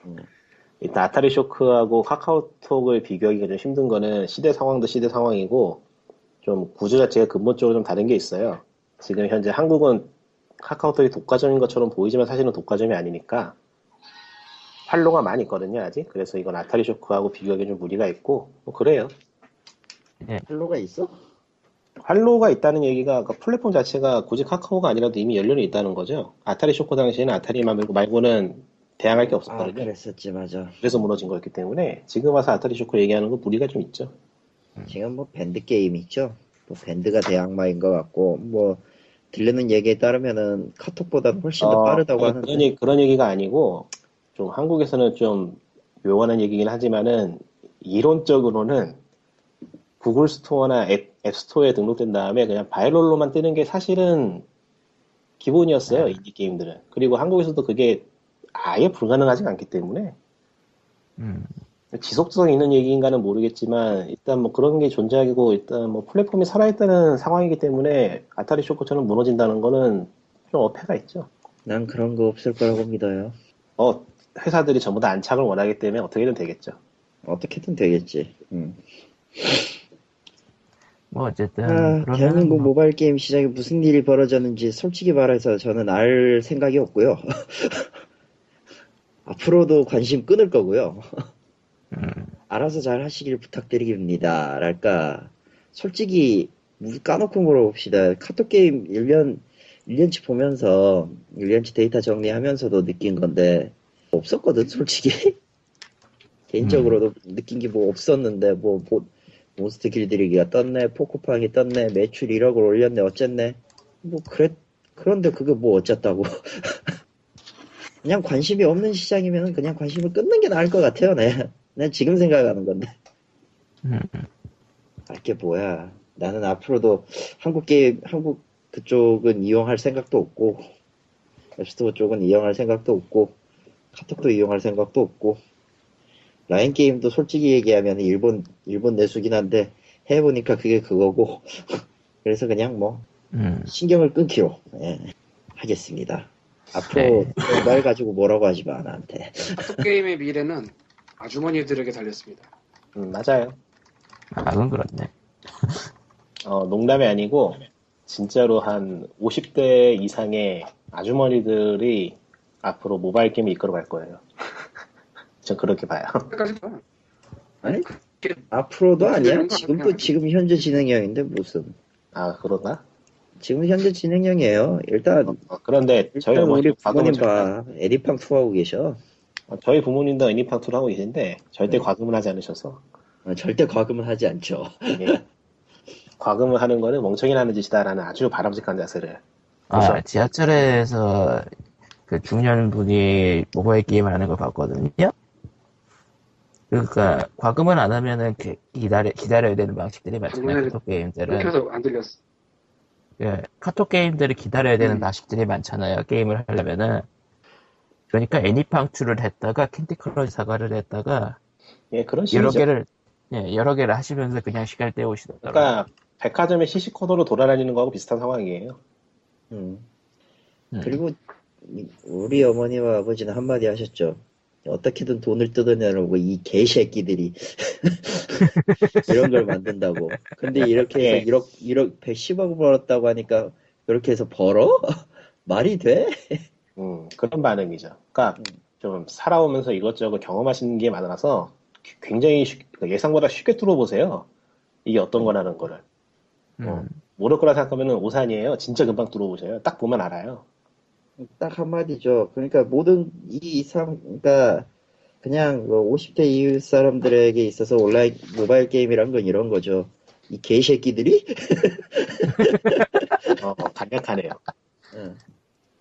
[SPEAKER 1] 음.
[SPEAKER 4] 일단 아타리 쇼크하고 카카오톡을 비교하기가 좀 힘든 거는 시대 상황도 시대 상황이고 좀 구조 자체가 근본적으로 좀 다른 게 있어요. 지금 현재 한국은 카카오톡이 독과점인 것처럼 보이지만 사실은 독과점이 아니니까 활로가 많이 있거든요 아직. 그래서 이건 아타리 쇼크하고 비교하기 좀 무리가 있고 뭐 그래요.
[SPEAKER 1] 할로가 있어?
[SPEAKER 4] 활로가 있다는 얘기가 그 플랫폼 자체가 굳이 카카오가 아니라도 이미 연륜이 있다는 거죠. 아타리 쇼크 당시에는 아타리 말고 말고는 대항할 게
[SPEAKER 1] 아,
[SPEAKER 4] 없었거든요.
[SPEAKER 1] 그랬었지, 맞아.
[SPEAKER 4] 그래서 무너진 거였기 때문에 지금 와서 아타리 쇼크 얘기하는 거 무리가 좀 있죠.
[SPEAKER 1] 지금 뭐 밴드 게임 있죠? 뭐 밴드가 대악마인 것 같고, 뭐, 들리는 얘기에 따르면은 카톡보다 훨씬 더
[SPEAKER 4] 어,
[SPEAKER 1] 빠르다고
[SPEAKER 4] 아니,
[SPEAKER 1] 하는데.
[SPEAKER 4] 그런, 얘기, 그런 얘기가 아니고 좀 한국에서는 좀 묘한 얘기긴 하지만은 이론적으로는 구글 스토어나 앱, 앱 스토어에 등록된 다음에 그냥 바이럴로만 뜨는 게 사실은 기본이었어요
[SPEAKER 1] 네.
[SPEAKER 4] 인디 게임들은. 그리고 한국에서도 그게 아예 불가능하지 않기 때문에
[SPEAKER 2] 음.
[SPEAKER 4] 지속성 있는 얘기인가는 모르겠지만 일단 뭐 그런 게 존재하고 일단 뭐 플랫폼이 살아있다는 상황이기 때문에 아타리 쇼크처럼 무너진다는 거는 좀 어폐가 있죠.
[SPEAKER 1] 난 그런 거 없을 거라고 믿어요.
[SPEAKER 4] 어 회사들이 전부 다 안착을 원하기 때문에 어떻게든 되겠죠.
[SPEAKER 1] 어떻게든 되겠지. 음.
[SPEAKER 2] 뭐, 어쨌든.
[SPEAKER 1] 아,
[SPEAKER 2] 그러면은
[SPEAKER 1] 대한민국
[SPEAKER 2] 뭐-
[SPEAKER 1] 모바일 게임 시장에 무슨 일이 벌어졌는지 솔직히 말해서 저는 알 생각이 없고요. 앞으로도 관심 끊을 거고요.
[SPEAKER 2] 음.
[SPEAKER 1] 알아서 잘 하시길 부탁드립니다. 랄까. 솔직히 무- 까놓고 물어봅시다. 카톡 게임 1년 1년치 보면서 1년치 데이터 정리하면서도 느낀 건데 없었거든, 솔직히. 개인적으로도 느낀 게 뭐 없었는데 뭐, 뭐 몬스터 길들이기가 떴네, 포코팡이 떴네, 매출 1억을 올렸네, 어쨌네. 뭐, 그랬, 그런데 그게 뭐 어쨌다고. 그냥 관심이 없는 시장이면 그냥 관심을 끊는 게 나을 것 같아요, 내. 난 지금 생각하는 건데.
[SPEAKER 2] 음.
[SPEAKER 1] 알게 뭐야. 나는 앞으로도 한국 게임, 한국 그쪽은 이용할 생각도 없고, 앱스토어 쪽은 이용할 생각도 없고, 카톡도 이용할 생각도 없고 라인 게임도 솔직히 얘기하면 일본 일본 내수긴 한데 해보니까 그게 그거고 그래서 그냥 뭐
[SPEAKER 6] 음,
[SPEAKER 1] 신경을 끊기로 예, 하겠습니다. 앞으로 말 가지고 뭐라고 하지 마 나한테.
[SPEAKER 7] 카톡 게임의 미래는 아주머니들에게 달렸습니다.
[SPEAKER 4] 음, 맞아요.
[SPEAKER 2] 아, 그건 그렇네.
[SPEAKER 4] 어, 농담이 아니고 진짜로 한 50대 이상의 아주머니들이 앞으로 모바일 게임을 이끌어갈 거예요. 전 그렇게 봐요.
[SPEAKER 7] 그러니까
[SPEAKER 1] 아니 앞으로도 아니야. 지금도 지금 현재 진행형인데 무슨
[SPEAKER 4] 아 그러나?
[SPEAKER 1] 지금 현재 진행형이에요. 일단
[SPEAKER 4] 어, 그런데 저희
[SPEAKER 1] 일단 우리
[SPEAKER 4] 어머니
[SPEAKER 1] 부모님
[SPEAKER 4] 과금은 절대-
[SPEAKER 1] 봐 에디팡 투하고 계셔.
[SPEAKER 4] 어, 저희 부모님도 애니팡투를 하고 계신데 절대
[SPEAKER 1] 네.
[SPEAKER 4] 과금을 하지 않으셔서
[SPEAKER 1] 어, 절대 과금은 하지 않죠.
[SPEAKER 4] 예. 과금을 하는 거는 멍청이라는 짓이다라는 아주 바람직한 자세를
[SPEAKER 2] 아,
[SPEAKER 4] 그래서-
[SPEAKER 2] 지하철에서 그 중년분이 모바일 게임을 하는 걸 봤거든요? 그러니까, 과금을 안 하면은 그 기다려, 기다려야 되는 방식들이 많잖아요,
[SPEAKER 7] 그거는-
[SPEAKER 2] 카톡 게임들은.
[SPEAKER 7] 그렇게 해서 안 들렸어.
[SPEAKER 2] 예, 카톡 게임들을 기다려야 되는
[SPEAKER 7] 음.
[SPEAKER 2] 방식들이 많잖아요. 게임을 하려면은. 그러니까 애니팡투를 했다가 캔디 크러쉬 사과를 했다가
[SPEAKER 4] 예 그런
[SPEAKER 2] 여러
[SPEAKER 4] 식이죠.
[SPEAKER 2] 개를 예, 여러 개를 하시면서 그냥 시간 때우시더라고요.
[SPEAKER 4] 그러니까 백화점의 시식 코너로 돌아다니는 거하고 비슷한 상황이에요.
[SPEAKER 1] 음.
[SPEAKER 2] 음.
[SPEAKER 1] 그리고 이- 우리 어머니와 아버지는 한마디 하셨죠. 어떻게든 돈을 뜯어내려고 이 개새끼들이 이런 걸 만든다고. 근데 이렇게 해서
[SPEAKER 4] 예.
[SPEAKER 1] 1억, 1억 110억 벌었다고 하니까 이렇게 해서 벌어? 말이 돼?
[SPEAKER 4] 음, 그런 반응이죠. 그러니까
[SPEAKER 1] 음.
[SPEAKER 4] 좀 살아오면서 이것저것 경험하시는 게 많아서 귀- 굉장히 쉽- 그러니까 예상보다 쉽게 뚫어보세요. 이게 어떤 거라는 거를.
[SPEAKER 2] 음.
[SPEAKER 1] 어.
[SPEAKER 4] 모를 거라 생각하면 오산이에요. 진짜 금방 뚫어보세요. 딱 보면 알아요.
[SPEAKER 1] 딱 한마디죠. 그러니까 모든 이 이상, 그러니까 그냥 뭐 50대 이후 사람들에게 있어서 온라인 모바일 게임이란 건 이런 거죠. 이 개새끼들이?
[SPEAKER 4] 어, 간략하네요.
[SPEAKER 1] 응. 어,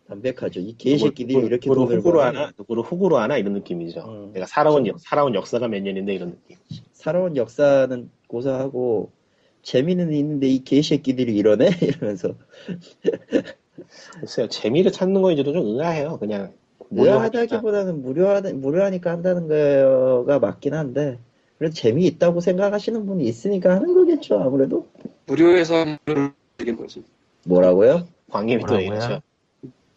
[SPEAKER 1] 담백하죠. 이 개새끼들이
[SPEAKER 4] 누구-
[SPEAKER 1] 이렇게
[SPEAKER 4] 누구를
[SPEAKER 1] 돈을
[SPEAKER 4] 후구로
[SPEAKER 1] 벌어.
[SPEAKER 4] 뭐, 하나, 누구를 후구로 하나 이런 느낌이죠.
[SPEAKER 1] 음.
[SPEAKER 4] 내가 살아온 역- 살아온 역사가 몇 년인데 이런 느낌.
[SPEAKER 1] 살아온 역사는 고사하고 재미는 있는데 이 개새끼들이 이러네 이러면서
[SPEAKER 4] 글쎄요. 재미를 찾는 거인지도 좀 의아해요. 그냥 무료하니까.
[SPEAKER 1] 무료하다기보다는 무료하다 무료하니까 한다는 거가 맞긴 한데 그래도 재미있다고 생각하시는 분이 있으니까 하는 거겠죠 아무래도
[SPEAKER 7] 무료에서 무료로 즐기는 거지.
[SPEAKER 1] 뭐라고요?
[SPEAKER 4] 광님이 또
[SPEAKER 2] 뭐라고요?
[SPEAKER 4] 얘기죠.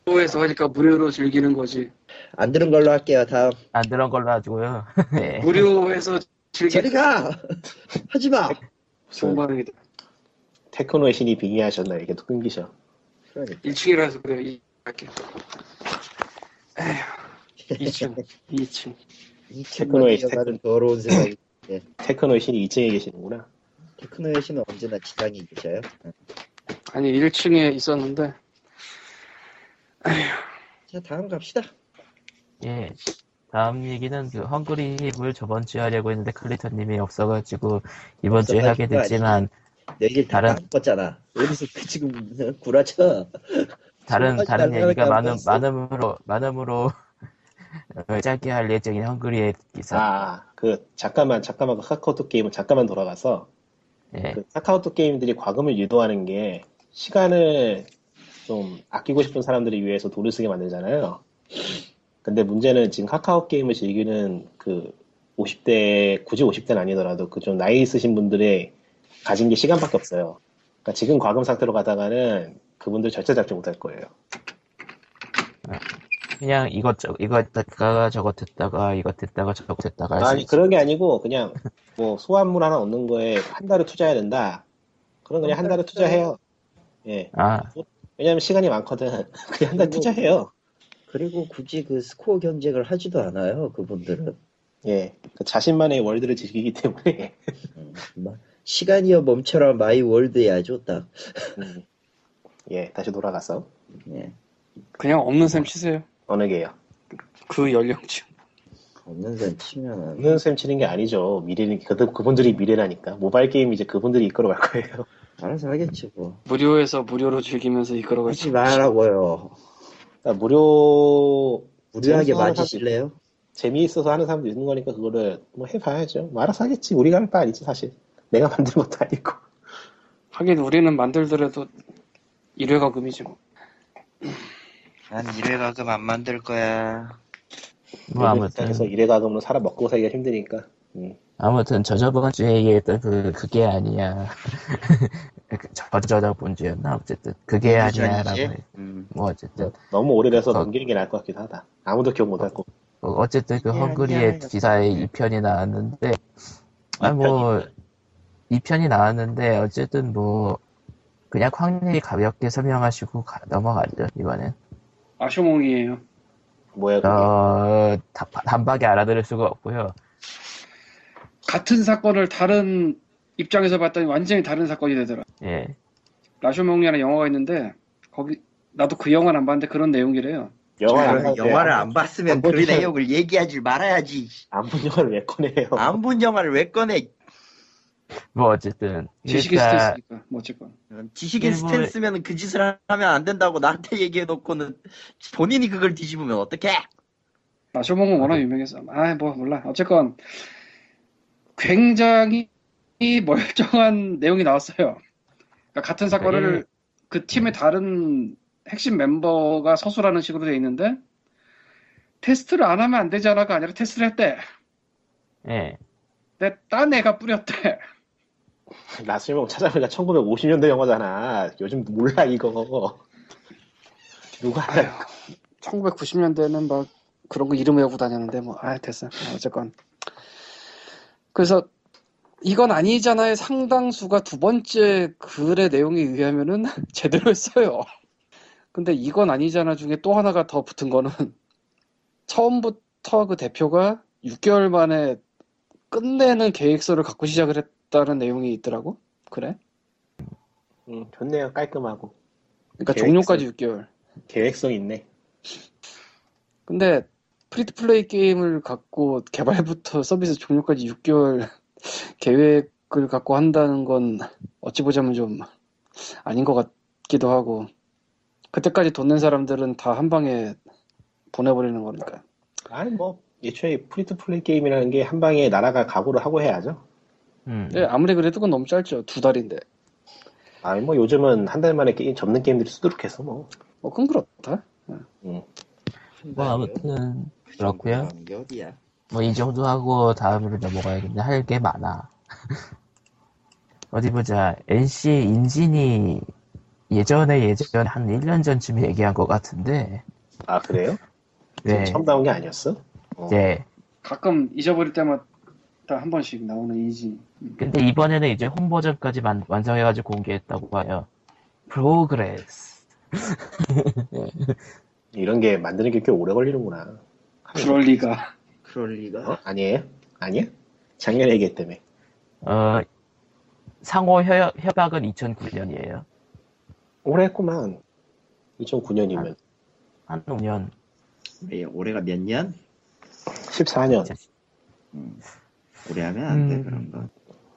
[SPEAKER 7] 무료에서 하니까 무료로 즐기는 거지.
[SPEAKER 1] 안 들은 걸로 할게요 다음
[SPEAKER 2] 안 들은 걸로 하고요. 예.
[SPEAKER 7] 무료에서 즐기는
[SPEAKER 1] 저리가 하지마
[SPEAKER 7] 좋은 반응이다.
[SPEAKER 4] 테크노의 신이 빙의하셨나 이게 또 끊기셔.
[SPEAKER 1] 그러니까
[SPEAKER 7] 1층이라서 그래. 이 할게. 에휴, 2층, 2층.
[SPEAKER 1] 이
[SPEAKER 4] 테크노의
[SPEAKER 1] 친구의 여가는 더러운 생각이
[SPEAKER 4] 테크노의 신이 2층에 계시는구나.
[SPEAKER 1] 테크노의 신은 언제나 지상이 계셔요
[SPEAKER 7] 아니 1층에 있었는데
[SPEAKER 1] 자 다음 갑시다
[SPEAKER 2] 예. 다음 얘기는 그 헝그리 힙을 저번 주에 하려고 했는데 클리턴님이 없어가지고 이번 주에 하게
[SPEAKER 1] 없어가지고
[SPEAKER 2] 됐지만
[SPEAKER 1] 얘기를 다
[SPEAKER 2] 다른-
[SPEAKER 1] 다른... 꿨잖아 어디서 그 지금 구라쳐
[SPEAKER 2] 다른
[SPEAKER 1] 지금까지
[SPEAKER 2] 다른
[SPEAKER 1] 날라갈
[SPEAKER 2] 얘기가
[SPEAKER 1] 게
[SPEAKER 2] 많음
[SPEAKER 1] 아니었어.
[SPEAKER 2] 많음으로 많음으로 어, 짧게 할 예정인 헝그리의 기사.
[SPEAKER 4] 아, 그 잠깐만 잠깐만 그 카카오톡 게임은 잠깐만 돌아가서
[SPEAKER 2] 예.
[SPEAKER 4] 그 카카오톡 게임들이 과금을 유도하는 게 시간을 좀 아끼고 싶은 사람들을 위해서 돈을 쓰게 만들잖아요. 근데 문제는 지금 카카오 게임을 즐기는 그 50대 굳이 50대는 아니더라도 그 좀 나이 있으신 분들의 가진 게 시간밖에 없어요. 그러니까 지금 과금 상태로 가다가는 그분들 절대 잡지 못할 거예요.
[SPEAKER 2] 그냥 이것저것 이거 했다가 저것 했다가 이것 했다가 저것 했다가 할수
[SPEAKER 4] 아니
[SPEAKER 2] 있지.
[SPEAKER 4] 그런 게 아니고 그냥 뭐 소환물 하나 얻는 거에 한 달을 투자해야 된다. 그럼 그냥 한 달을 투자해요. 예.
[SPEAKER 2] 아,
[SPEAKER 4] 왜냐면 시간이 많거든. 그냥 한 달 투자해요.
[SPEAKER 1] 그리고 굳이 그 스코어 경쟁을 하지도 않아요, 그분들은.
[SPEAKER 4] 예. 그 자신만의 월드를 즐기기 때문에.
[SPEAKER 1] 음, 막 시간이여 멈춰라 마이 월드에 아주 딱.
[SPEAKER 4] 음. 예. 다시 돌아가서
[SPEAKER 1] 예.
[SPEAKER 7] 그냥 없는 셈 치세요.
[SPEAKER 4] 어느 게요?
[SPEAKER 7] 그 연령층.
[SPEAKER 1] 없는 셈 치면은.
[SPEAKER 4] 없는 셈 치는 게 아니죠. 미래는 그, 그분들이 미래라니까. 모바일 게임 이제 그분들이 이끌어갈 거예요.
[SPEAKER 1] 알아서 하겠지, 뭐.
[SPEAKER 7] 무료에서 무료로 즐기면서 이끌어가지.
[SPEAKER 1] 하지 말라고요.
[SPEAKER 4] 그러니까 무료
[SPEAKER 1] 무리하게
[SPEAKER 4] 재밌어하는
[SPEAKER 1] 맞으실래요?
[SPEAKER 4] 재미있어서 하는 사람도 있는 거니까 그거를 뭐 해봐야죠. 뭐 알아서 하겠지. 우리가 할 바 아니지 사실. 내가 만든 것도 아니고.
[SPEAKER 7] 하긴 우리는 만들더라도 일회가금이지 뭐.
[SPEAKER 1] 난 1회 가금 안 만들 거야.
[SPEAKER 2] 뭐 아무튼
[SPEAKER 4] 그래서 일해가금으로 살아 먹고 살기가 힘드니까. 음.
[SPEAKER 2] 아무튼 저 저번 주에 얘기했던 그 그게 아니야. 그, 저 저저번 주였나 어쨌든 그게 아니야라고 해.
[SPEAKER 1] 음.
[SPEAKER 2] 뭐 어쨌든
[SPEAKER 4] 너무 오래돼서
[SPEAKER 2] 어.
[SPEAKER 4] 넘기는 게 나을 것 같기도 하다. 아무도 기억 못 할 거.
[SPEAKER 2] 어, 어쨌든 그
[SPEAKER 1] 그게
[SPEAKER 2] 헝그리의
[SPEAKER 1] 아니야.
[SPEAKER 2] 기사에 2편이 나왔는데 아뭐 2편이 나왔는데 어쨌든 뭐 그냥 확률이 가볍게 설명하시고 가- 넘어가죠 이번엔
[SPEAKER 5] 아쇼몽이에요.
[SPEAKER 4] 뭐야 그게.
[SPEAKER 2] 어 다- 단박에 알아들을 수가 없고요
[SPEAKER 5] 같은 사건을 다른 입장에서 봤더니 완전히 다른 사건이 되더라.
[SPEAKER 2] 예
[SPEAKER 5] 라쇼몽이라는 영화가 있는데 거기 나도 그 영화는 안 봤는데 그런 내용이래요.
[SPEAKER 4] 영화를 안
[SPEAKER 1] 저는
[SPEAKER 4] 봤어요.
[SPEAKER 1] 영화를 안 봤으면
[SPEAKER 4] 안
[SPEAKER 1] 그
[SPEAKER 4] 보니까-
[SPEAKER 1] 내용을 얘기하지 말아야지.
[SPEAKER 4] 안본 영화를 왜 꺼내요?
[SPEAKER 1] 안 본 영화를 왜 꺼내?
[SPEAKER 2] 뭐 어쨌든
[SPEAKER 5] 지식이 스트레
[SPEAKER 2] 그러니까
[SPEAKER 5] 스니까뭐 어쨌건.
[SPEAKER 1] 지식인
[SPEAKER 2] 일본-
[SPEAKER 1] 스탠스면 그 짓을 하면 안 된다고 나한테 얘기해놓고는 본인이 그걸 뒤집으면 어떡해?
[SPEAKER 5] 라쇼몽은 아, 워낙 유명해서 아 뭐 몰라. 어쨌건 굉장히 멀쩡한 내용이 나왔어요. 그러니까 같은 사건을 그 팀의 다른 핵심 멤버가 서술하는 식으로 돼 있는데 테스트를 안 하면 안 되잖아가 아니라 테스트를 했대.
[SPEAKER 2] 예
[SPEAKER 5] 근데 딴 애가 뿌렸대.
[SPEAKER 4] 나스미몽 찾아보니까 1950년대 영화잖아. 요즘 몰라 이거. 누가 알아?
[SPEAKER 5] 1990년대는 막 그런 거 이름 외우고 다녔는데 뭐, 아 됐어. 아, 어쨌건. 그래서 이건 아니잖아요. 상당수가 두 번째 글의 내용에 의하면은 제대로 했어요. 근데 이건 아니잖아 중에 또 하나가 더 붙은 거는 처음부터 그 대표가 6개월 만에 끝내는 계획서를 갖고 시작을 했다는 내용이 있더라고. 그래?
[SPEAKER 4] 음, 좋네요. 깔끔하고
[SPEAKER 5] 그러니까
[SPEAKER 4] 계획서.
[SPEAKER 5] 종료까지 6개월.
[SPEAKER 4] 계획성 있네.
[SPEAKER 5] 근데 프리트플레이 게임을 갖고 개발부터 서비스 종료까지 6개월 계획을 갖고 한다는 건 어찌 보자면 좀 아닌 것 같기도 하고 그때까지 돈 낸 사람들은 다 한 방에 보내버리는 거니까
[SPEAKER 4] 아니 뭐 애초에 프리투플레이 게임이라는 게 한 방에 날아갈 각오를 하고 해야죠.
[SPEAKER 2] 음.
[SPEAKER 5] 예, 아무리 그래도 그건 너무 짧죠 두 달인데
[SPEAKER 4] 아니 뭐 요즘은 한 달 만에 게임 접는 게임들이 수두룩해서 뭐.
[SPEAKER 5] 뭐 그건 그렇다
[SPEAKER 2] 뭐 아무튼 그렇고요
[SPEAKER 1] 그런 게 어디야?
[SPEAKER 2] 뭐 이 정도 하고 다음으로 넘어가야겠네. 할 게 많아. 어디 보자. NC 인진이 예전에 예전 한 1년 전쯤에 얘기한 것 같은데.
[SPEAKER 4] 아 그래요?
[SPEAKER 2] 네.
[SPEAKER 4] 처음 나온 게 아니었어? 어.
[SPEAKER 2] 네.
[SPEAKER 5] 가끔 잊어버릴 때마다 한 번씩 나오는 인지
[SPEAKER 2] 근데 이번에는 이제 홍보전까지 만- 완성해가지고 공개했다고 봐요. 프로그레스.
[SPEAKER 4] 이런 게 만드는 게 꽤 오래 걸리는구나.
[SPEAKER 5] 그럴 리가
[SPEAKER 1] 그럴 리가.
[SPEAKER 4] 어? 아니에요? 아니야? 작년에 얘기했다며.
[SPEAKER 2] 어, 상호 협, 협약은 2009년이에요.
[SPEAKER 4] 오래 했구만. 2009년이면
[SPEAKER 2] 한 5년.
[SPEAKER 1] 예, 올해가 몇 년?
[SPEAKER 4] 14년.
[SPEAKER 1] 올해 하면 안 돼
[SPEAKER 2] 음.
[SPEAKER 1] 그런 거.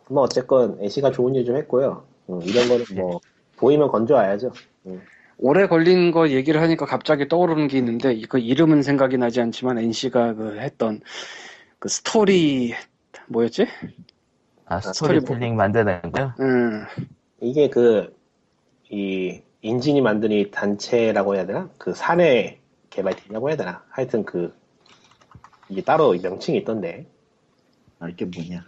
[SPEAKER 4] 뭐 어쨌건 애쉬가 좋은 일 좀 했고요. 음, 이런 거는 뭐 보이면 건져와야죠.
[SPEAKER 5] 오래 걸린 거 얘기를 하니까 갑자기 떠오르는 게 있는데 그 이거 이름은 생각이 나지 않지만 NC가 그 했던 그 스토리 뭐였지?
[SPEAKER 2] 아,
[SPEAKER 4] 스토리
[SPEAKER 2] 스토리텔링 만드는 거요?
[SPEAKER 5] 음,
[SPEAKER 4] 이게 그 이 인진이 만든 이 단체라고 해야 되나? 그 사내 개발팀이라고 해야 되나? 하여튼 그 이게 따로 명칭이 있던데.
[SPEAKER 1] 알게 아, 뭐냐.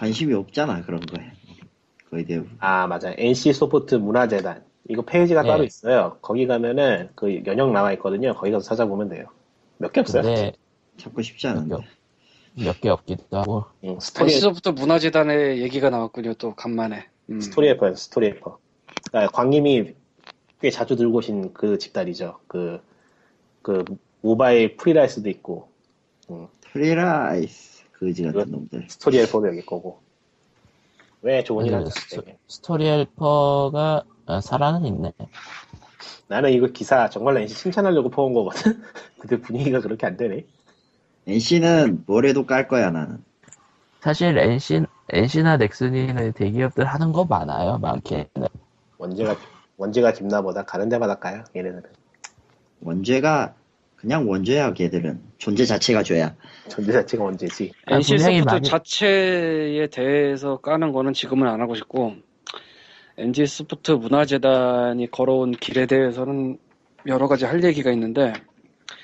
[SPEAKER 1] 관심이 없잖아 그런 거에. 거의 대부분.
[SPEAKER 4] 아 맞아. NC 소프트 문화재단. 이거 페이지가
[SPEAKER 2] 네.
[SPEAKER 4] 따로 있어요. 거기 가면은 그 연역 나와 있거든요. 거기 가서 찾아보면 돼요. 몇 개 없어요.
[SPEAKER 2] 근데
[SPEAKER 1] 찾고 싶지 않은데.
[SPEAKER 2] 몇 개 없기도 하고.
[SPEAKER 4] 응, 스토리
[SPEAKER 5] 벌써부터 문화재단의 얘기가 나왔군요. 또 간만에. 음.
[SPEAKER 4] 스토리 에퍼예요 스토리 에퍼. 그러니까 광님이 꽤 자주 들고 오신 그 집단이죠. 그, 그, 모바일 프리라이스도 있고,
[SPEAKER 1] 프리라이스 그지
[SPEAKER 4] 이거-
[SPEAKER 1] 같은 놈들.
[SPEAKER 4] 스토리 에퍼도 여기 거고. 왜 좋은 일
[SPEAKER 2] 맞아요.
[SPEAKER 4] 하지?
[SPEAKER 2] 네, 음, 스- 스토리 헬퍼가 아, 사라는 있네.
[SPEAKER 4] 나는 이거 기사 정말 NC 칭찬하려고 퍼온 거거든? 근데 분위기가 그렇게 안 되네.
[SPEAKER 1] NC는 뭐래도 깔 거야 나는.
[SPEAKER 2] 사실 NC, NC나 넥슨이는 대기업들 하는 거 많아요. 많게.
[SPEAKER 4] 원제가, 원제가 깊나보다 가는 데마다 가요, 얘네들은.
[SPEAKER 1] 원죄가 그냥 원죄야 걔들은 존재 자체가 죄야.
[SPEAKER 4] 존재 자체가 원제지.
[SPEAKER 2] 아,
[SPEAKER 5] NC
[SPEAKER 2] 분명히
[SPEAKER 5] 소프트
[SPEAKER 2] 많이-
[SPEAKER 5] 자체에 대해서 까는 거는 지금은 안 하고 싶고 NC 소프트 문화재단이 걸어온 길에 대해서는 여러 가지 할 얘기가 있는데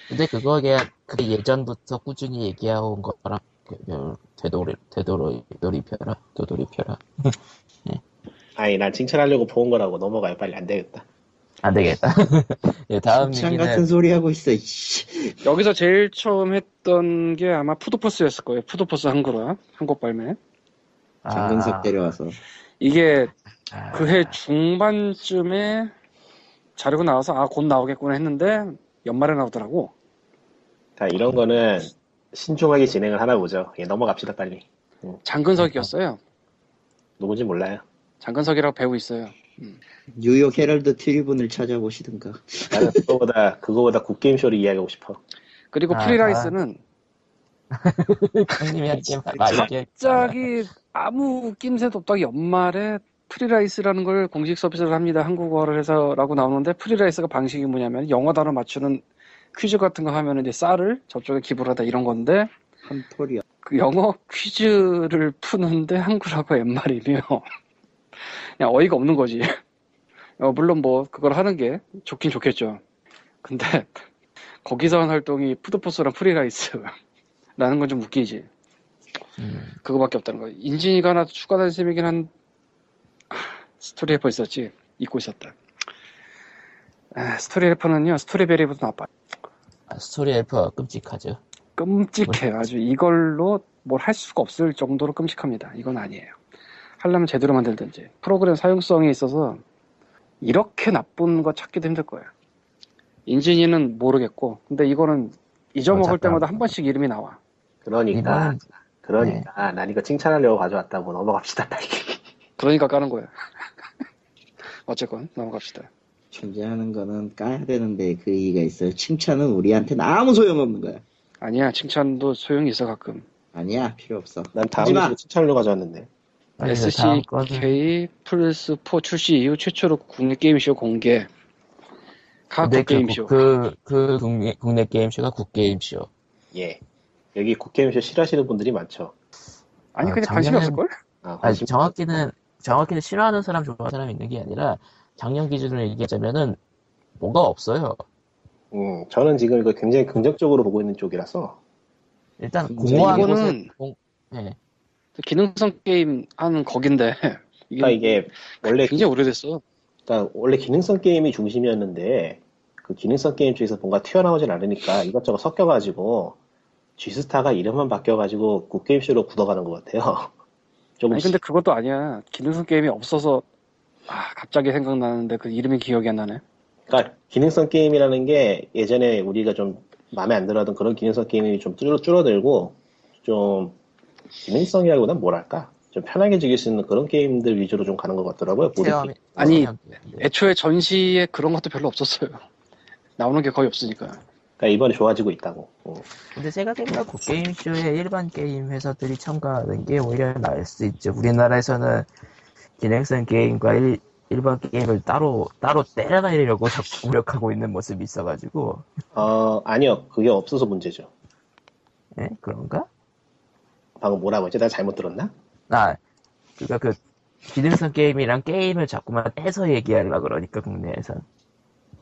[SPEAKER 2] 근데 그거게 그게 예전부터 꾸준히 얘기해온 거랑 그- 그 되돌이 되돌이 돌이펴라 되돌이펴라
[SPEAKER 4] 아니 난 칭찬하려고 본 거라고 넘어가요 빨리 안 되겠다
[SPEAKER 2] 안 되겠다. 예, 다음
[SPEAKER 1] 참 같은
[SPEAKER 2] 얘기는
[SPEAKER 1] 소리 하고 있어. 이씨.
[SPEAKER 5] 여기서 제일 처음 했던 게 아마 푸드포스였을 거예요. 푸드포스 한글화, 한국 발매.
[SPEAKER 1] 장근석
[SPEAKER 2] 아,
[SPEAKER 1] 데려와서
[SPEAKER 5] 이게
[SPEAKER 2] 아,
[SPEAKER 5] 그 해 중반쯤에 자료가 나와서 아 곧 나오겠구나 했는데 연말에 나오더라고.
[SPEAKER 4] 자 이런 거는 신중하게 진행을 하나 보죠 예, 넘어갑시다 빨리
[SPEAKER 5] 장근석이었어요.
[SPEAKER 4] 누군지 몰라요
[SPEAKER 5] 장근석이라고 배우 있어요.
[SPEAKER 1] 뉴욕 헤럴드 트리븐을 찾아보시든가.
[SPEAKER 4] 나는 그거보다 그거보다 굿게임쇼를 이야기하고 싶어
[SPEAKER 5] 그리고
[SPEAKER 2] 아,
[SPEAKER 5] 프리라이스는
[SPEAKER 2] 형님이 한게 말게
[SPEAKER 5] 갑자기 아무 낌새도 없다기 연말에 프리라이스라는 걸 공식 서비스를 합니다. 한국어를 해서라고 나오는데 프리라이스가 방식이 뭐냐면 영어 단어 맞추는 퀴즈 같은 거 하면 이제 쌀을 저쪽에 기부를 하다 이런 건데
[SPEAKER 1] 한 토리야.
[SPEAKER 5] 그 영어 퀴즈를 푸는데 한글하고 옛말이며 그냥 어이가 없는 거지. 어, 물론 뭐 그걸 하는 게 좋긴 좋겠죠. 근데 거기서 한 활동이 푸드포스랑 프리라이스라는 건 좀 웃기지.
[SPEAKER 2] 음,
[SPEAKER 5] 그거밖에 없다는 거야. 인진이가 하나 추가된 셈이긴 한 아, 스토리 해퍼 있었지. 잊고 있었다. 아, 스토리 해퍼는요 스토리베리보다 나빠.
[SPEAKER 2] 아, 스토리 엘프가 끔찍하죠.
[SPEAKER 5] 끔찍해요. 아주 이걸로 뭘 할 수가 없을 정도로 끔찍합니다. 이건 아니에요. 하려면 제대로 만들든지. 프로그램 사용성에 있어서 이렇게 나쁜 거 찾기도 힘들 거예요. 인진이는 모르겠고, 근데 이거는 잊어먹을
[SPEAKER 2] 어차피
[SPEAKER 5] 때마다
[SPEAKER 2] 안
[SPEAKER 5] 한 번씩 이름이 나와.
[SPEAKER 4] 그러니까
[SPEAKER 2] 이건
[SPEAKER 4] 그러니까 난 이거 칭찬하려고 가져왔다고 넘어갑시다 빨리
[SPEAKER 5] 그러니까 까는 거예요. 어쨌건 넘어갑시다.
[SPEAKER 1] 존재하는 거는 까야 되는데 그 얘기가 있어요. 칭찬은 우리한테는 아무 소용없는 거야.
[SPEAKER 5] 아니야, 칭찬도 소용이 있어 가끔.
[SPEAKER 1] 아니야 필요 없어.
[SPEAKER 4] 난 다음
[SPEAKER 1] 하지마.
[SPEAKER 4] 주에 칭찬하려고 가져왔는데
[SPEAKER 2] 빨리 이제 다음 거는
[SPEAKER 5] SCK 플스4 출시 이후 최초로 국내 게임쇼 공개. 각
[SPEAKER 2] 근데 그
[SPEAKER 5] 게임쇼.
[SPEAKER 2] 국- 그, 그 국내, 국내 게임쇼가 국게임쇼.
[SPEAKER 4] 예 여기 굿게임쇼 싫어하시는 분들이 많죠
[SPEAKER 5] 아니,
[SPEAKER 2] 아,
[SPEAKER 5] 그냥 관심이
[SPEAKER 2] 작년엔-
[SPEAKER 5] 없을걸?
[SPEAKER 4] 아,
[SPEAKER 2] 아니,
[SPEAKER 4] 관심-
[SPEAKER 2] 정확히는, 정확히는 싫어하는 사람, 좋아하는 사람 있는 게 아니라, 작년 기준으로 얘기하자면은, 뭐가 없어요.
[SPEAKER 4] 음, 저는 지금 이거 굉장히 긍정적으로 보고 있는 쪽이라서
[SPEAKER 2] 일단,
[SPEAKER 1] 진짜
[SPEAKER 2] 공허한 곳에,
[SPEAKER 5] 이거는
[SPEAKER 2] 공, 예.
[SPEAKER 5] 기능성 게임 하는 거긴데 이게
[SPEAKER 4] 그러니까 이게 원래
[SPEAKER 5] 굉장히 오래됐어.
[SPEAKER 4] 그러니까 원래 기능성 게임이 중심이었는데 그 기능성 게임 쪽에서 뭔가 튀어나오진 않으니까 이것저것 섞여가지고 G스타가 이름만 바뀌어가지고 굿게임쇼로 굳어가는 것 같아요. 조금
[SPEAKER 5] 아니 근데 그것도 아니야. 기능성 게임이 없어서 아 갑자기 생각나는데 그 이름이 기억이 안 나네.
[SPEAKER 4] 그러니까 기능성 게임이라는 게 예전에 우리가 좀 마음에 안 들어하던 그런 기능성 게임이 좀 줄어- 줄어들고 좀 기능성이라기보단 뭐랄까 좀 편하게 즐길 수 있는 그런 게임들 위주로 좀 가는 것 같더라고요. 모든
[SPEAKER 2] 체험이,
[SPEAKER 4] 게임.
[SPEAKER 5] 아니,
[SPEAKER 2] 체험 게임.
[SPEAKER 5] 애초에 전시에 그런 것도 별로 없었어요. 나오는 게 거의 없으니까.
[SPEAKER 4] 그러니까 이번에 좋아지고 있다고. 어.
[SPEAKER 2] 근데 생각해보면 국게임쇼에 일반 게임 회사들이 참가하는 게 오히려 나을 수 있죠. 우리나라에서는 기능성 게임과 일, 일반 게임을 따로, 따로 때려내려고 자꾸 노력하고 있는 모습이 있어가지고,
[SPEAKER 4] 어, 아니요 그게 없어서 문제죠.
[SPEAKER 2] 예? 그런가?
[SPEAKER 4] 방금 뭐라고 했지? 나 잘못 들었나?
[SPEAKER 2] 아, 그니까 그, 기능성 게임이랑 게임을 자꾸만 떼서 얘기하려 그러니까, 국내에선.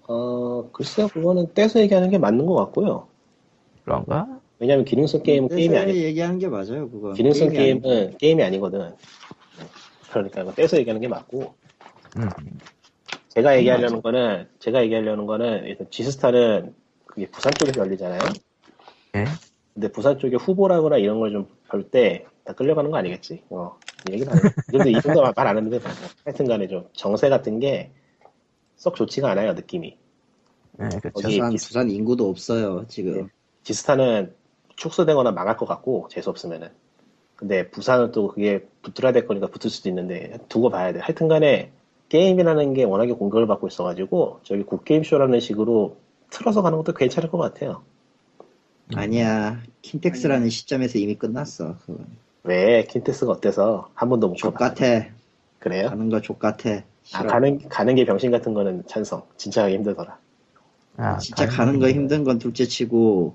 [SPEAKER 4] 어, 글쎄요, 그거는 떼서 얘기하는 게 맞는 것 같고요.
[SPEAKER 2] 그런가?
[SPEAKER 4] 왜냐면 하 기능성 게임은 게임이
[SPEAKER 1] 그래서
[SPEAKER 4] 아니,
[SPEAKER 1] 네, 얘기하는 게 맞아요 그거.
[SPEAKER 4] 기능성
[SPEAKER 1] 게임이 아니고.
[SPEAKER 4] 게임은 게임이 아니거든. 그러니까 이거 떼서 얘기하는 게 맞고,
[SPEAKER 2] 음.
[SPEAKER 4] 제가 얘기하려는 거는, 제가 얘기하려는 거는, 일단 지스타는 그게 부산 쪽에서 열리잖아요?
[SPEAKER 2] 예?
[SPEAKER 4] 근데 부산 쪽에 후보라거나 이런 걸 좀 볼 때, 다 끌려가는 거 아니겠지. 어, 이 얘기는 아니야. 근데 이 정도 말안 했는데, 뭐. 하여튼 간에 좀 정세 같은 게, 썩 좋지가 않아요, 느낌이.
[SPEAKER 2] 예, 그쵸.
[SPEAKER 4] 거기-
[SPEAKER 1] 부산 부산 인구도 없어요 지금.
[SPEAKER 4] 지스타는 축소되거나 망할 것 같고 재수 없으면은 근데 부산은 또 그게 붙들어야 될 거니까 붙을 수도 있는데 두고 봐야 돼 하여튼간에 게임이라는 게 워낙에 공격을 받고 있어가지고 저기 굿게임쇼라는 식으로 틀어서 가는 것도 괜찮을 것 같아요 네.
[SPEAKER 2] 음.
[SPEAKER 1] 아니야 킨텍스라는 시점에서 이미 끝났어. 그건.
[SPEAKER 4] 왜 킨텍스가 어때서 한 번도 못 가봐
[SPEAKER 1] 족같아
[SPEAKER 4] 그래요?
[SPEAKER 1] 가는 거 족같아.
[SPEAKER 4] 아,
[SPEAKER 1] 싫어.
[SPEAKER 4] 가는, 가는 게 병신 같은 거는 찬성 진짜 하기 힘들더라
[SPEAKER 2] 아,
[SPEAKER 1] 진짜 가는 거 힘든 건 둘째치고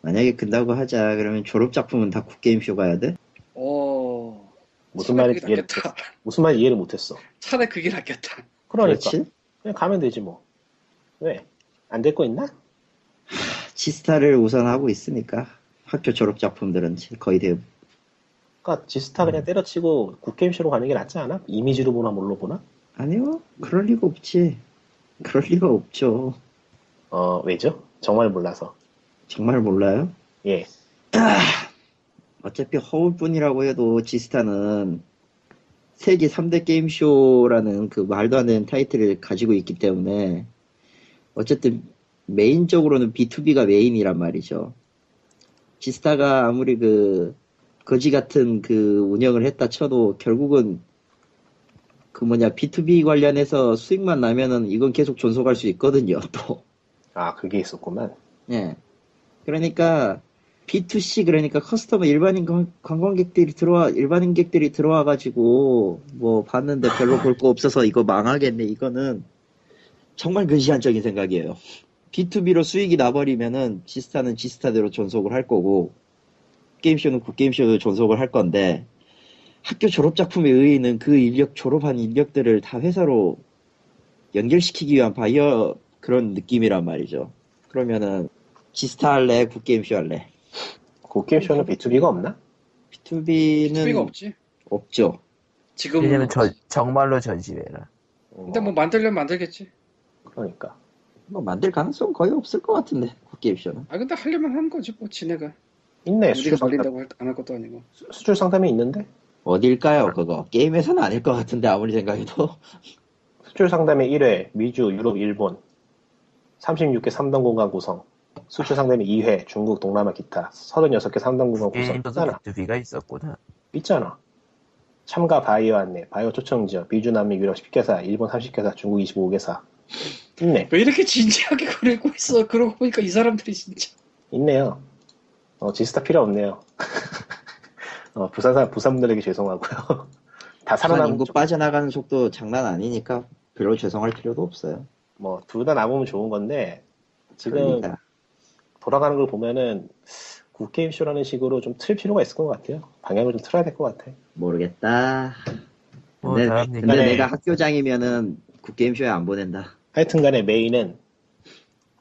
[SPEAKER 1] 만약에 근다고 하자 그러면 졸업 작품은 다 국게임쇼 가야 돼?
[SPEAKER 7] 어
[SPEAKER 4] 무슨
[SPEAKER 7] 차라리
[SPEAKER 4] 말인지
[SPEAKER 7] 그게
[SPEAKER 4] 이해를
[SPEAKER 7] 낫겠다.
[SPEAKER 4] 무슨 말 이해를 못했어
[SPEAKER 7] 차라리 그게 낫겠다.
[SPEAKER 4] 그러니까
[SPEAKER 1] 그렇지?
[SPEAKER 4] 그냥 가면 되지 뭐 왜? 안 될 거 있나?
[SPEAKER 1] 치스타를 우선하고 있으니까 학교 졸업 작품들은 거의 대부분
[SPEAKER 4] 그러니까 지스타
[SPEAKER 7] 음.
[SPEAKER 4] 그냥 때려치고 국게임쇼로 가는 게 낫지 않아? 이미지로 보나 뭘로 보나?
[SPEAKER 1] 아니요 그럴 리가 없지 그럴 리가 없죠
[SPEAKER 4] 어 왜죠? 정말 몰라서
[SPEAKER 1] 정말 몰라요
[SPEAKER 4] 예
[SPEAKER 1] 어차피 허울뿐이라고 해도 지스타는 세계 3대 게임쇼라는 그 말도 안 되는 타이틀을 가지고 있기 때문에 어쨌든 메인적으로는 B2B가 메인이란 말이죠. 지스타가 아무리 그 거지 같은 그 운영을 했다 쳐도 결국은 그 뭐냐 B2B 관련해서 수익만 나면은 이건 계속 존속할 수 있거든요. 또
[SPEAKER 4] 아, 그게 있었구만.
[SPEAKER 1] 예. 그러니까 B2C 그러니까 커스터머 일반인 관- 관광객들이 들어와 일반인객들이 들어와 가지고 뭐 봤는데 별로 볼 거 없어서 이거 망하겠네 이거는 정말 근시안적인 생각이에요. B2B로 수익이 나버리면은 지스타는 지스타대로 존속을 할 거고 게임쇼는 국게임쇼로 존속을 할 건데 학교 졸업 작품의 의의는 그 인력 졸업한 인력들을 다 회사로 연결시키기 위한 바이어 그런 느낌이란 말이죠. 그러면은 지스타 할래 국게임쇼 할래
[SPEAKER 7] 음.
[SPEAKER 4] 국게임쇼는 B2B가 없나?
[SPEAKER 7] 수비가
[SPEAKER 1] B2B는
[SPEAKER 7] 없지.
[SPEAKER 1] 없죠.
[SPEAKER 7] 지금
[SPEAKER 2] 이제는 저, 정말로 전시회라.
[SPEAKER 7] 근데 뭐 만들려면 만들겠지.
[SPEAKER 4] 그러니까.
[SPEAKER 1] 뭐 만들 가능성 은 거의 없을 것 같은데 국게임쇼는.
[SPEAKER 7] 아 근데 하려면 하는 거지 뭐 지네가
[SPEAKER 4] 있네. 수출
[SPEAKER 7] 우리가
[SPEAKER 4] 상담,
[SPEAKER 7] 음, 말린다고 안 할 것도 아니고.
[SPEAKER 4] 수출 상담에 있는데?
[SPEAKER 1] 어딜까요 그거? 게임에서는 아닐 것 같은데 아무리 생각해도.
[SPEAKER 4] 수출 상담에 1회, 미주, 유럽, 일본. 36개 3단 공간 구성. 수출 상담에 2회, 중국, 동남아, 기타. 36개 3단 공간 구성.
[SPEAKER 2] 게임도
[SPEAKER 4] 있잖아.
[SPEAKER 2] B2B가 있었구나.
[SPEAKER 4] 있잖아. 참가 바이오 안내, 바이오 초청 지역, 미주, 남미, 유럽 10개사, 일본 30개사, 중국 25개사. 있네.
[SPEAKER 7] 왜 이렇게 진지하게 그리고 있어? 그러고 보니까 이 사람들이 진짜.
[SPEAKER 4] 있네요. 어, 지스타 필요 없네요. 어, 부산 사 부산 분들에게 죄송하고요.
[SPEAKER 1] 살아남은
[SPEAKER 4] 다 살아남은
[SPEAKER 1] 거 빠져나가는 속도 장난 아니니까 별로 죄송할 필요도 없어요.
[SPEAKER 4] 뭐둘 다 남으면 좋은 건데 지금
[SPEAKER 1] 그러니까
[SPEAKER 4] 돌아가는 걸 보면은 국게임 쇼라는 식으로 좀 틀 필요가 있을 것 같아요. 방향을 좀 틀어야 될 것 같아.
[SPEAKER 1] 모르겠다.
[SPEAKER 2] 뭐
[SPEAKER 1] 네,
[SPEAKER 2] 다음
[SPEAKER 1] 근데
[SPEAKER 2] 얘기.
[SPEAKER 4] 네.
[SPEAKER 1] 내가 학교장이면은 국게임쇼에 안 보낸다.
[SPEAKER 4] 하여튼간에 메인은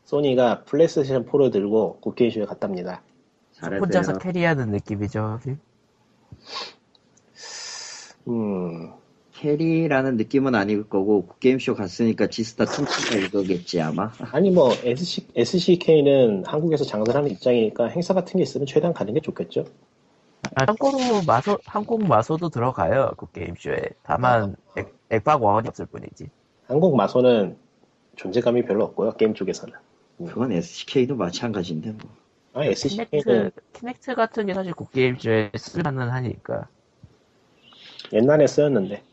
[SPEAKER 4] 소니가 플레이스테이션 4를 들고 국게임 쇼에 갔답니다.
[SPEAKER 1] 잘했어요.
[SPEAKER 2] 혼자서 캐리하는 느낌이죠. 하긴.
[SPEAKER 4] 음,
[SPEAKER 1] 캐리라는 느낌은 아닐 거고 국게임쇼 갔으니까 지스타 퉁치가 이거겠지 아마.
[SPEAKER 4] 아니 뭐 SC, SCK는 한국에서 장사를 하는 입장이니까 행사 같은 게 있으면 최대한 가는 게 좋겠죠.
[SPEAKER 2] 아, 참고로 마소, 한국 마소도 들어가요. 그 게임쇼에. 다만 액, 액박 원이 없을 뿐이지.
[SPEAKER 4] 한국 마소는 존재감이 별로 없고요 게임 쪽에서는
[SPEAKER 1] 그건 SK도 마찬가지인데 뭐.
[SPEAKER 4] 아 SCK는
[SPEAKER 1] 그
[SPEAKER 2] 키넥트, 키넥트 같은 게 사실 국게임쇼에 쓸만은 하니까.
[SPEAKER 4] 옛날에 쓰였는데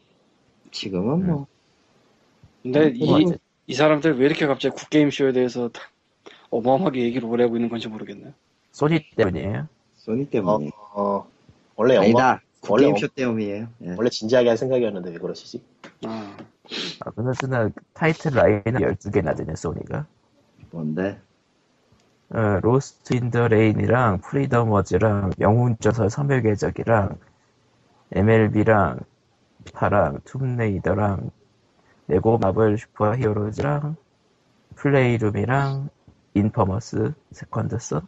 [SPEAKER 1] 지금은 뭐그
[SPEAKER 7] 근데
[SPEAKER 5] 음,
[SPEAKER 2] 뭐
[SPEAKER 7] 이, 이 사람들 왜 이렇게 갑자기 국게임 쇼에 대해서 다 어마어마하게 얘기를 오래 하고 있는 건지 모르겠네.
[SPEAKER 2] 소니 때문이에요.
[SPEAKER 1] 소니 때문에.
[SPEAKER 4] 어, 원래 영화
[SPEAKER 1] 아니다.
[SPEAKER 4] 원래
[SPEAKER 1] 국게임쇼 때문이에요. 예.
[SPEAKER 4] 원래 진지하게 할 생각이었는데 왜 그러시지
[SPEAKER 7] 아,
[SPEAKER 2] 아, 그나저나 타이틀 라인은 12개나 되네, 소니가.
[SPEAKER 1] 뭔데?
[SPEAKER 2] 어, 로스트 인 더 레인이랑 프리덤 워즈랑 영웅전설 섬멸의 적이랑 MLB랑 파랑 툼레이더랑 레고 마블 슈퍼 히어로즈랑 플레이룸이랑 인퍼머스 세컨드스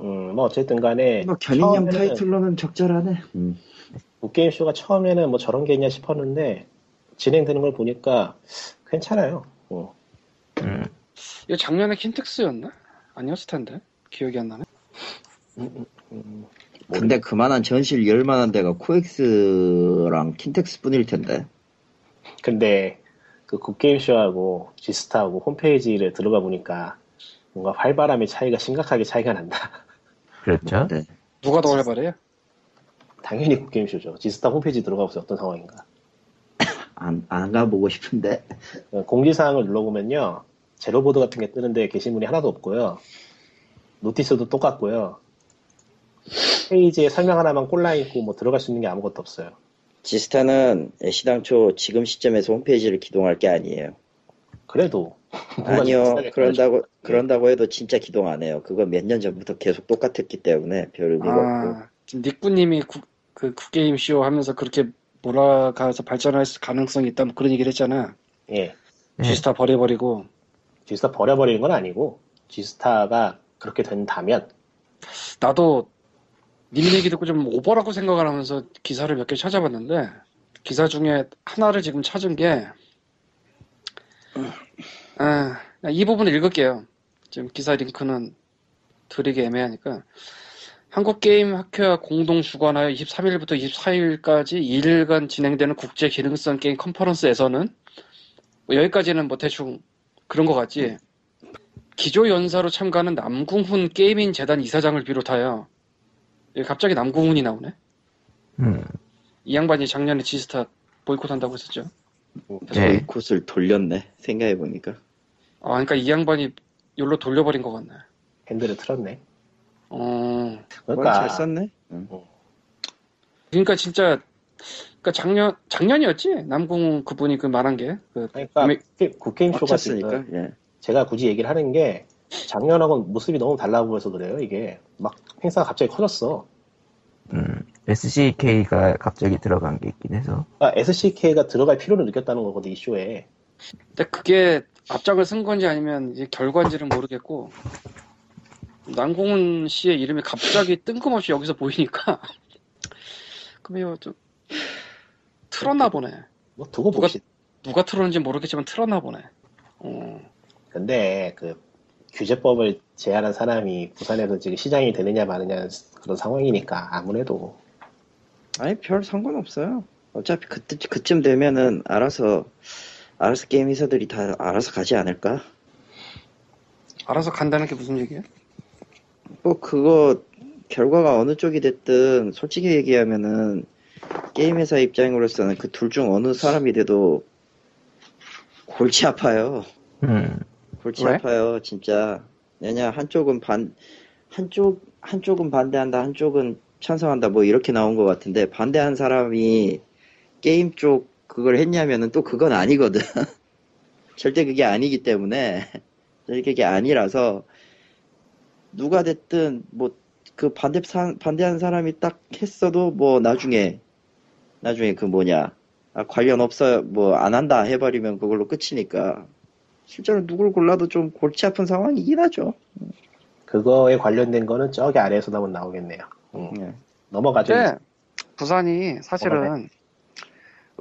[SPEAKER 4] 음뭐 어쨌든 간에
[SPEAKER 1] 뭐 견인형
[SPEAKER 4] 처음에는
[SPEAKER 1] 타이틀로는 적절하네. 음.
[SPEAKER 4] 북게임쇼가 처음에는 뭐 저런 게 있냐 싶었는데 진행되는 걸 보니까 괜찮아요 어.
[SPEAKER 2] 음,
[SPEAKER 7] 이거 작년에 킨텍스였나? 아니었을 텐데 기억이 안 나네.
[SPEAKER 4] 음,
[SPEAKER 1] 근데 그만한 전시를 열 만한 데가 코엑스랑 킨텍스 뿐일 텐데.
[SPEAKER 4] 근데 그 국게임쇼하고 지스타하고 홈페이지를 들어가 보니까 뭔가 활바람의 차이가 심각하게 차이가 난다
[SPEAKER 2] 그렇죠.
[SPEAKER 1] 네.
[SPEAKER 7] 누가 더 활발해요?
[SPEAKER 4] 당연히 국게임쇼죠 지스타 홈페이지 들어가 보세요 어떤 상황인가
[SPEAKER 1] 안, 안 가보고 싶은데.
[SPEAKER 4] 공지사항을 눌러보면요. 제로보드 같은 게 뜨는데 게시물이 하나도 없고요. 노티스도 똑같고요. 페이지에 설명 하나만 꼴라 있고 뭐 들어갈 수 있는 게 아무것도 없어요.
[SPEAKER 1] 지스타는 애시당초 지금 시점에서 홈페이지를 기동할 게 아니에요.
[SPEAKER 4] 그래도 누가
[SPEAKER 1] 아니요.
[SPEAKER 4] 비슷하게 네.
[SPEAKER 1] 그런다고 그런다고 해도 진짜 기동 안 해요. 그건 몇 년 전부터 계속 똑같았기 때문에 별 의미가 없고.
[SPEAKER 7] 아, 지금 닉부님이 국, 그 국게임 쇼 하면서 그렇게 몰아가서 발전할 수- 가능성이 있다면 그런 얘기를 했잖아.
[SPEAKER 4] 예,
[SPEAKER 2] 네.
[SPEAKER 7] 지스타 버려버리고
[SPEAKER 4] 지스타 버려버리는 건 아니고 지스타가 그렇게 된다면
[SPEAKER 5] 나도 님 얘기 듣고 좀 오버라고 생각을 하면서 기사를 몇 개 찾아봤는데 기사 중에 하나를 지금 찾은 게 아, 이 부분을 읽을게요. 지금 기사 링크는 드리기 애매하니까 한국게임학회와 공동 주관하여 23일부터 24일까지 2일간 진행되는 국제 기능성 게임 컨퍼런스에서는 뭐 여기까지는 뭐 대충 그런 것 같지. 기조 연사로 참가하는 남궁훈 게이밍 재단 이사장을 비롯하여 여기 갑자기 남궁훈이 나오네.
[SPEAKER 2] 음,
[SPEAKER 5] 이 양반이 작년에 지스타 보이콧한다고 했었죠.
[SPEAKER 2] 네.
[SPEAKER 1] 저희 콧을 돌렸네 생각해보니까
[SPEAKER 5] 아, 그러니까 이 양반이 열로 돌려버린 것 같네.
[SPEAKER 4] 핸들을 틀었네.
[SPEAKER 5] 어,
[SPEAKER 1] 그건
[SPEAKER 4] 그러니까
[SPEAKER 1] 잘 썼네 응.
[SPEAKER 5] 그러니까 진짜, 그러니까 작년 작년이었지 남궁훈 그분이 그 말한 게. 그,
[SPEAKER 4] 그러니까
[SPEAKER 5] 이미-
[SPEAKER 4] 게- 국게임
[SPEAKER 1] 꽉
[SPEAKER 4] 쇼가 지금
[SPEAKER 1] 찼으니까 예.
[SPEAKER 4] 제가 굳이 얘기를 하는 게 작년하고 모습이 너무 달라 보여서 그래요. 이게 막 행사가 갑자기 커졌어.
[SPEAKER 2] 음. SCK가 갑자기 들어간 게 있긴 해서.
[SPEAKER 4] 그러니까 SCK가 들어갈 필요를 느꼈다는 거거든 이 쇼에.
[SPEAKER 5] 근데 그게 앞장을 쓴 건지 아니면 이제 결과인지는 모르겠고 남궁훈 씨의 이름이 갑자기 뜬금없이 여기서 보이니까 그럼 이거 좀 틀었나 보네.
[SPEAKER 4] 뭐 두고
[SPEAKER 5] 누가-
[SPEAKER 4] 봅시다.
[SPEAKER 5] 누가 틀었는지 모르겠지만 틀었나 보네. 어,
[SPEAKER 4] 근데 그 규제법을 제안한 사람이 부산에서 지금 시장이 되느냐 마느냐 그런 상황이니까 아무래도
[SPEAKER 1] 아니 별 상관없어요 어차피 그때, 그쯤 되면은 알아서 알아서 게임 회사들이 다 알아서 가지 않을까
[SPEAKER 5] 알아서 간다는 게 무슨 얘기야?
[SPEAKER 1] 뭐 그거 결과가 어느 쪽이 됐든 솔직히 얘기하면은 게임 회사 입장으로서는 그 둘 중 어느 사람이 돼도 골치 아파요.
[SPEAKER 2] 음,
[SPEAKER 1] 골치
[SPEAKER 5] 왜?
[SPEAKER 1] 아파요, 진짜. 왜냐 한쪽은 반 한쪽 한쪽은 반대한다, 한쪽은 찬성한다, 뭐 이렇게 나온 것 같은데 반대한 사람이 게임 쪽 그걸 했냐면은 또 그건 아니거든. 절대 그게 아니기 때문에 절대 그게 아니라서 누가 됐든 뭐 그 반대 사, 반대한 사람이 딱 했어도 뭐 나중에 나중에 그 뭐냐 아, 관련 없어 뭐 안 한다 해버리면 그걸로 끝이니까 실제로 누굴 골라도 좀 골치 아픈 상황이긴 하죠.
[SPEAKER 4] 그거에 관련된 거는 저기 아래에서 나면 나오겠네요. 음.
[SPEAKER 1] 예.
[SPEAKER 4] 넘어가죠.
[SPEAKER 5] 근데 네. 부산이 사실은 어,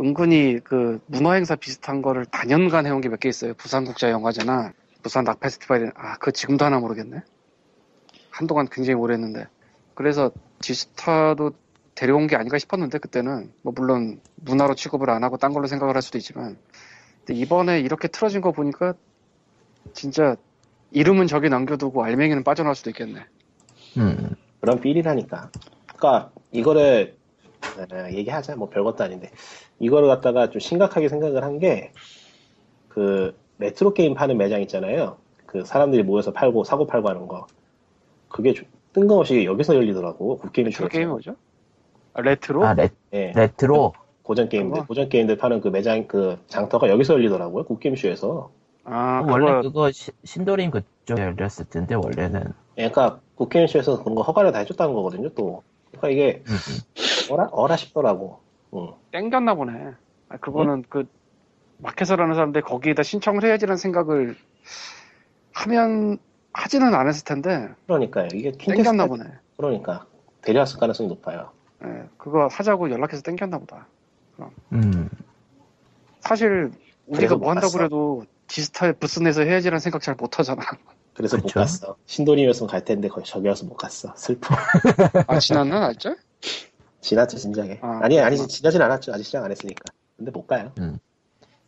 [SPEAKER 5] 은근히 그 문화 행사 비슷한 거를 단연간 해온 게 몇 개 있어요. 부산 국제 영화제나 부산 낙 페스티벌이 아, 그 지금도 하나 모르겠네. 한동안 굉장히 오래 했는데. 그래서 지스타도 데려온 게 아닌가 싶었는데 그때는 뭐 물론 문화로 취급을 안 하고 딴 걸로 생각을 할 수도 있지만 근데 이번에 이렇게 틀어진 거 보니까 진짜 이름은 저기 남겨두고 알맹이는 빠져나올 수도 있겠네.
[SPEAKER 2] 음.
[SPEAKER 4] 그런 삘이라니까. 그러니까 이거를 어, 얘기하자 뭐 별것도 아닌데 이거를 갖다가 좀 심각하게 생각을 한 게 그 레트로 게임 파는 매장 있잖아요. 그 사람들이 모여서 팔고 사고 팔고 하는 거. 그게 좀 뜬금없이 여기서 열리더라고. 국게임이
[SPEAKER 5] 레트로 게임이 뭐죠? 아, 레트로?
[SPEAKER 2] 그렇죠. 아, 레,
[SPEAKER 4] 예.
[SPEAKER 2] 레트로.
[SPEAKER 4] 고전 게임들,
[SPEAKER 5] 그거?
[SPEAKER 4] 고전 게임들 파는 그 매장 그 장터가 여기서 열리더라고요. 국게임쇼에서.
[SPEAKER 5] 아,
[SPEAKER 2] 어, 원래
[SPEAKER 5] 그거
[SPEAKER 2] 그거 시- 신도림 그쪽에 열렸을 텐데, 원래는.
[SPEAKER 4] 예, 그러니까 국게임쇼에서 그런 거 허가를 다 해줬다는 거거든요. 또. 그러니까 이게
[SPEAKER 2] 음, 음.
[SPEAKER 4] 어라 어라 싶더라고. 응.
[SPEAKER 5] 땡겼나 보네. 아, 그거는 그 마켓을 하는 사람들 이 거기에다 신청을 해야지라는 생각을 하면 하지는 않았을 텐데
[SPEAKER 4] 그러니까요. 이게 킨텍스
[SPEAKER 5] 땡겼나 보네.
[SPEAKER 4] 그러니까 데려왔을 가능성이 높아요.
[SPEAKER 5] 예, 그거 하자고 연락해서 땡겼나 보다.
[SPEAKER 2] 음.
[SPEAKER 5] 사실
[SPEAKER 4] 그래서
[SPEAKER 5] 우리가
[SPEAKER 4] 못
[SPEAKER 5] 뭐 한다고
[SPEAKER 4] 갔어.
[SPEAKER 5] 그래도 디지털 부스 내서 해야지라는 생각 잘 못 하잖아.
[SPEAKER 4] 그래서 못
[SPEAKER 2] 그쵸.
[SPEAKER 4] 갔어. 신도림이었으면 갈 텐데 거기 저기 와서 못 갔어. 슬퍼.
[SPEAKER 5] 아 지났나 알죠?
[SPEAKER 4] 지났죠 진작에.
[SPEAKER 5] 아,
[SPEAKER 4] 아, 니 아니
[SPEAKER 5] 그렇구나.
[SPEAKER 4] 지나진 않았죠. 아직 시작 안 했으니까. 근데 못 가요.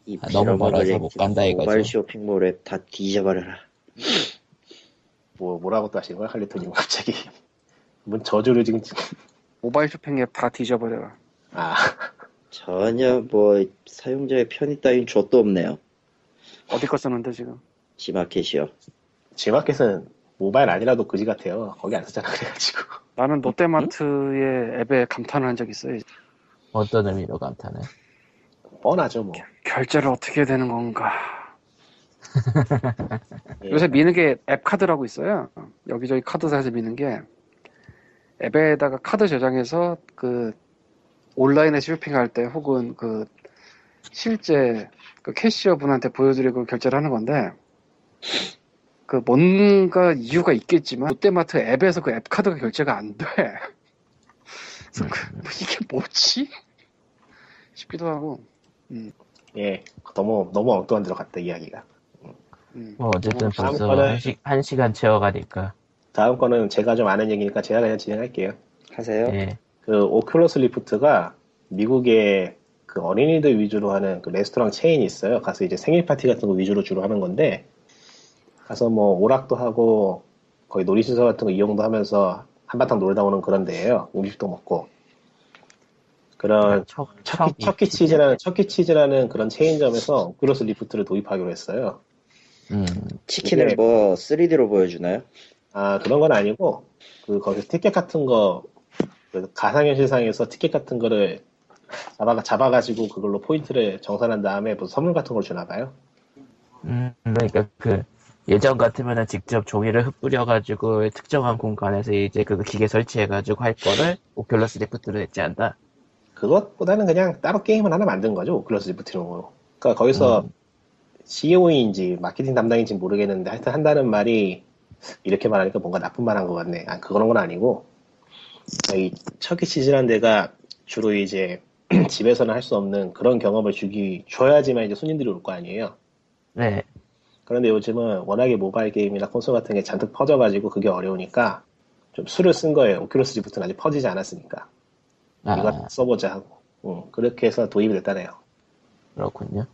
[SPEAKER 1] 이
[SPEAKER 2] 아, 너무 멀어서
[SPEAKER 1] 빌어먹을
[SPEAKER 2] 못 간다 이거죠.
[SPEAKER 1] 모바일 쇼핑몰에 다 뒤져버려라.
[SPEAKER 4] 뭐 뭐라고 또 하시는 거야 할리토님 갑자기. 뭔 저주를 지금 지금.
[SPEAKER 5] 모바일 쇼핑 앱 다 뒤져버려.
[SPEAKER 4] 아
[SPEAKER 1] 전혀 뭐 사용자의 편의 따윈 족도 없네요.
[SPEAKER 5] 어디 거 쓰는데 지금?
[SPEAKER 1] 지마켓이요.
[SPEAKER 4] 지마켓은 모바일 아니라도 그지 같아요. 거기 안 쓰잖아 그래가지고.
[SPEAKER 5] 나는 롯데마트의 앱에 감탄을 한 적 있어요.
[SPEAKER 2] 어떤 의미로 감탄해?
[SPEAKER 4] 뻔하죠 뭐.
[SPEAKER 5] 결제를 어떻게 해야 되는 건가?
[SPEAKER 4] 예.
[SPEAKER 5] 요새 미는 게 앱 카드라고 있어요. 여기저기 카드사에서 미는 게 앱에다가 카드 저장해서 그 온라인에 쇼핑할 때 혹은 그 실제 그 캐시어 분한테 보여드리고 결제를 하는 건데
[SPEAKER 7] 그 뭔가 이유가 있겠지만 롯데마트 앱에서 그 앱 카드가 결제가 안 돼. 그래서 그-
[SPEAKER 1] 네.
[SPEAKER 7] 뭐 이게 뭐지? 싶기도 하고.
[SPEAKER 4] 예, 너무 너무 엉뚱한 데로 갔다 이야기가.
[SPEAKER 7] 음.
[SPEAKER 2] 뭐 어쨌든
[SPEAKER 7] 뭐
[SPEAKER 2] 벌써
[SPEAKER 4] 다음
[SPEAKER 2] 한, 시, 한 시간 채워가니까
[SPEAKER 4] 다음 거는 제가 좀 아는 얘기니까 제가 그냥 진행할게요.
[SPEAKER 1] 하세요.
[SPEAKER 2] 예
[SPEAKER 4] 그 오큘러스 리프트가 미국의 그 어린이들 위주로 하는 그 레스토랑 체인이 있어요. 가서 이제 생일 파티 같은 거 위주로 주로 하는 건데 가서 뭐 오락도 하고 거의 놀이시설 같은 거 이용도 하면서 한바탕 놀다 오는 그런 데예요. 음식도 먹고 그런
[SPEAKER 2] 척,
[SPEAKER 4] 어, 아, 척키,
[SPEAKER 2] 척이
[SPEAKER 4] 척키 치즈라는 척키 치즈라는 그런 체인점에서 오큘러스 리프트를 도입하기로 했어요.
[SPEAKER 2] 음,
[SPEAKER 1] 치킨을
[SPEAKER 4] 이게-
[SPEAKER 1] 뭐 3D로 보여주나요?
[SPEAKER 4] 아 그런 건 아니고 그 거기서 티켓 같은 거 그 가상현실상에서 티켓 같은 거를 잡아 잡아가지고 그걸로 포인트를 정산한 다음에 뭐 선물 같은 걸 주나 봐요.
[SPEAKER 2] 음 그러니까 그 예전 같으면은 직접 종이를 흩뿌려가지고 특정한 공간에서 이제 그 기계 설치해가지고 할 거를 오큘러스 리프트로 대체한다
[SPEAKER 4] 그것보다는 그냥 따로 게임을 하나 만든 거죠. 오클러스 리프트용으로. 그러니까 거기서
[SPEAKER 2] 음.
[SPEAKER 4] CEO인지 마케팅 담당인지 모르겠는데 하여튼 한다는 말이 이렇게 말하니까 뭔가 나쁜 말 한 것 같네. 아, 그런 건 아니고 이 척키 치즈라는 데가 주로 이제 집에서는 할 수 없는 그런 경험을 주기 줘야지만 이제 손님들이 올 거 아니에요.
[SPEAKER 2] 네
[SPEAKER 4] 그런데 요즘은 워낙에 모바일 게임이나 콘솔 같은 게 잔뜩 퍼져가지고 그게 어려우니까 좀 수를 쓴 거예요. 오큘러스 리프트는 아직 퍼지지 않았으니까
[SPEAKER 2] 아,
[SPEAKER 4] 이거 써보자 하고 응, 그렇게 해서 도입이 됐다네요.
[SPEAKER 2] 그렇군요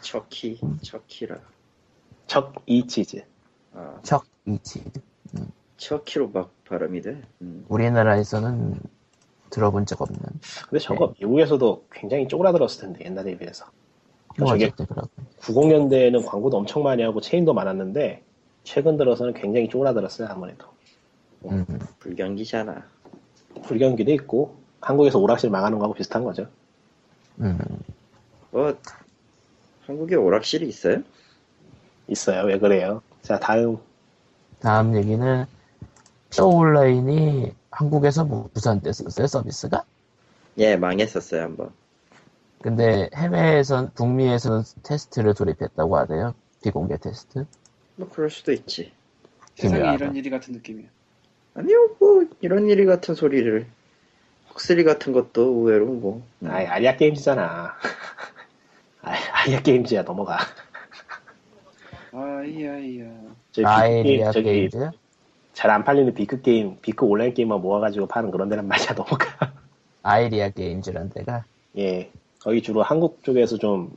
[SPEAKER 1] 척키, 척키라.
[SPEAKER 4] 척이 치즈.
[SPEAKER 1] 아,
[SPEAKER 2] 척이치
[SPEAKER 1] 척키로 막 발음이 돼. 음.
[SPEAKER 2] 우리나라에서는 들어본 적 없는
[SPEAKER 4] 근데 저거
[SPEAKER 2] 네.
[SPEAKER 4] 미국에서도 굉장히 쪼그라들었을 텐데 옛날에 비해서.
[SPEAKER 2] 뭐
[SPEAKER 4] 저게-
[SPEAKER 2] 어쨌든 그렇고
[SPEAKER 4] 90년대에는 광고도 엄청 많이 하고 체인도 많았는데 최근 들어서는 굉장히 쪼그라들었어요 아무래도.
[SPEAKER 2] 음.
[SPEAKER 1] 불경기잖아.
[SPEAKER 4] 불경기도 있고 한국에서 오락실 망하는 거하고 비슷한 거죠.
[SPEAKER 2] 음,
[SPEAKER 1] 뭐 한국에 오락실이 있어요?
[SPEAKER 4] 있어요. 왜 그래요? 자 다음
[SPEAKER 2] 다음 얘기는 쇼 온라인이 한국에서 무산됐었어요 서비스가?
[SPEAKER 1] 예, 망했었어요 한번.
[SPEAKER 2] 근데 해외에선 북미에서는 테스트를 돌입했다고 하대요 비공개 테스트.
[SPEAKER 1] 뭐 그럴 수도 있지.
[SPEAKER 7] 세상에
[SPEAKER 2] 기묘하다.
[SPEAKER 7] 이런 일이 같은 느낌이야.
[SPEAKER 1] 아니요, 뭐 이런 일이 같은 소리를. 확실히 같은 것도 의외로 뭐.
[SPEAKER 2] 음.
[SPEAKER 4] 아이 아리아 게임즈잖아. 아이, 아리아 게임즈야 넘어가.
[SPEAKER 7] 아이야이야.
[SPEAKER 4] 저기
[SPEAKER 2] 아이리아
[SPEAKER 4] 저기
[SPEAKER 2] 게임즈.
[SPEAKER 4] 잘 안 팔리는 B급 게임, B급 온라인 게임만 모아가지고 파는 그런 데란 말이야 넘어가.
[SPEAKER 2] 아이리아 게임즈란 데가
[SPEAKER 4] 예, 거기 주로 한국 쪽에서 좀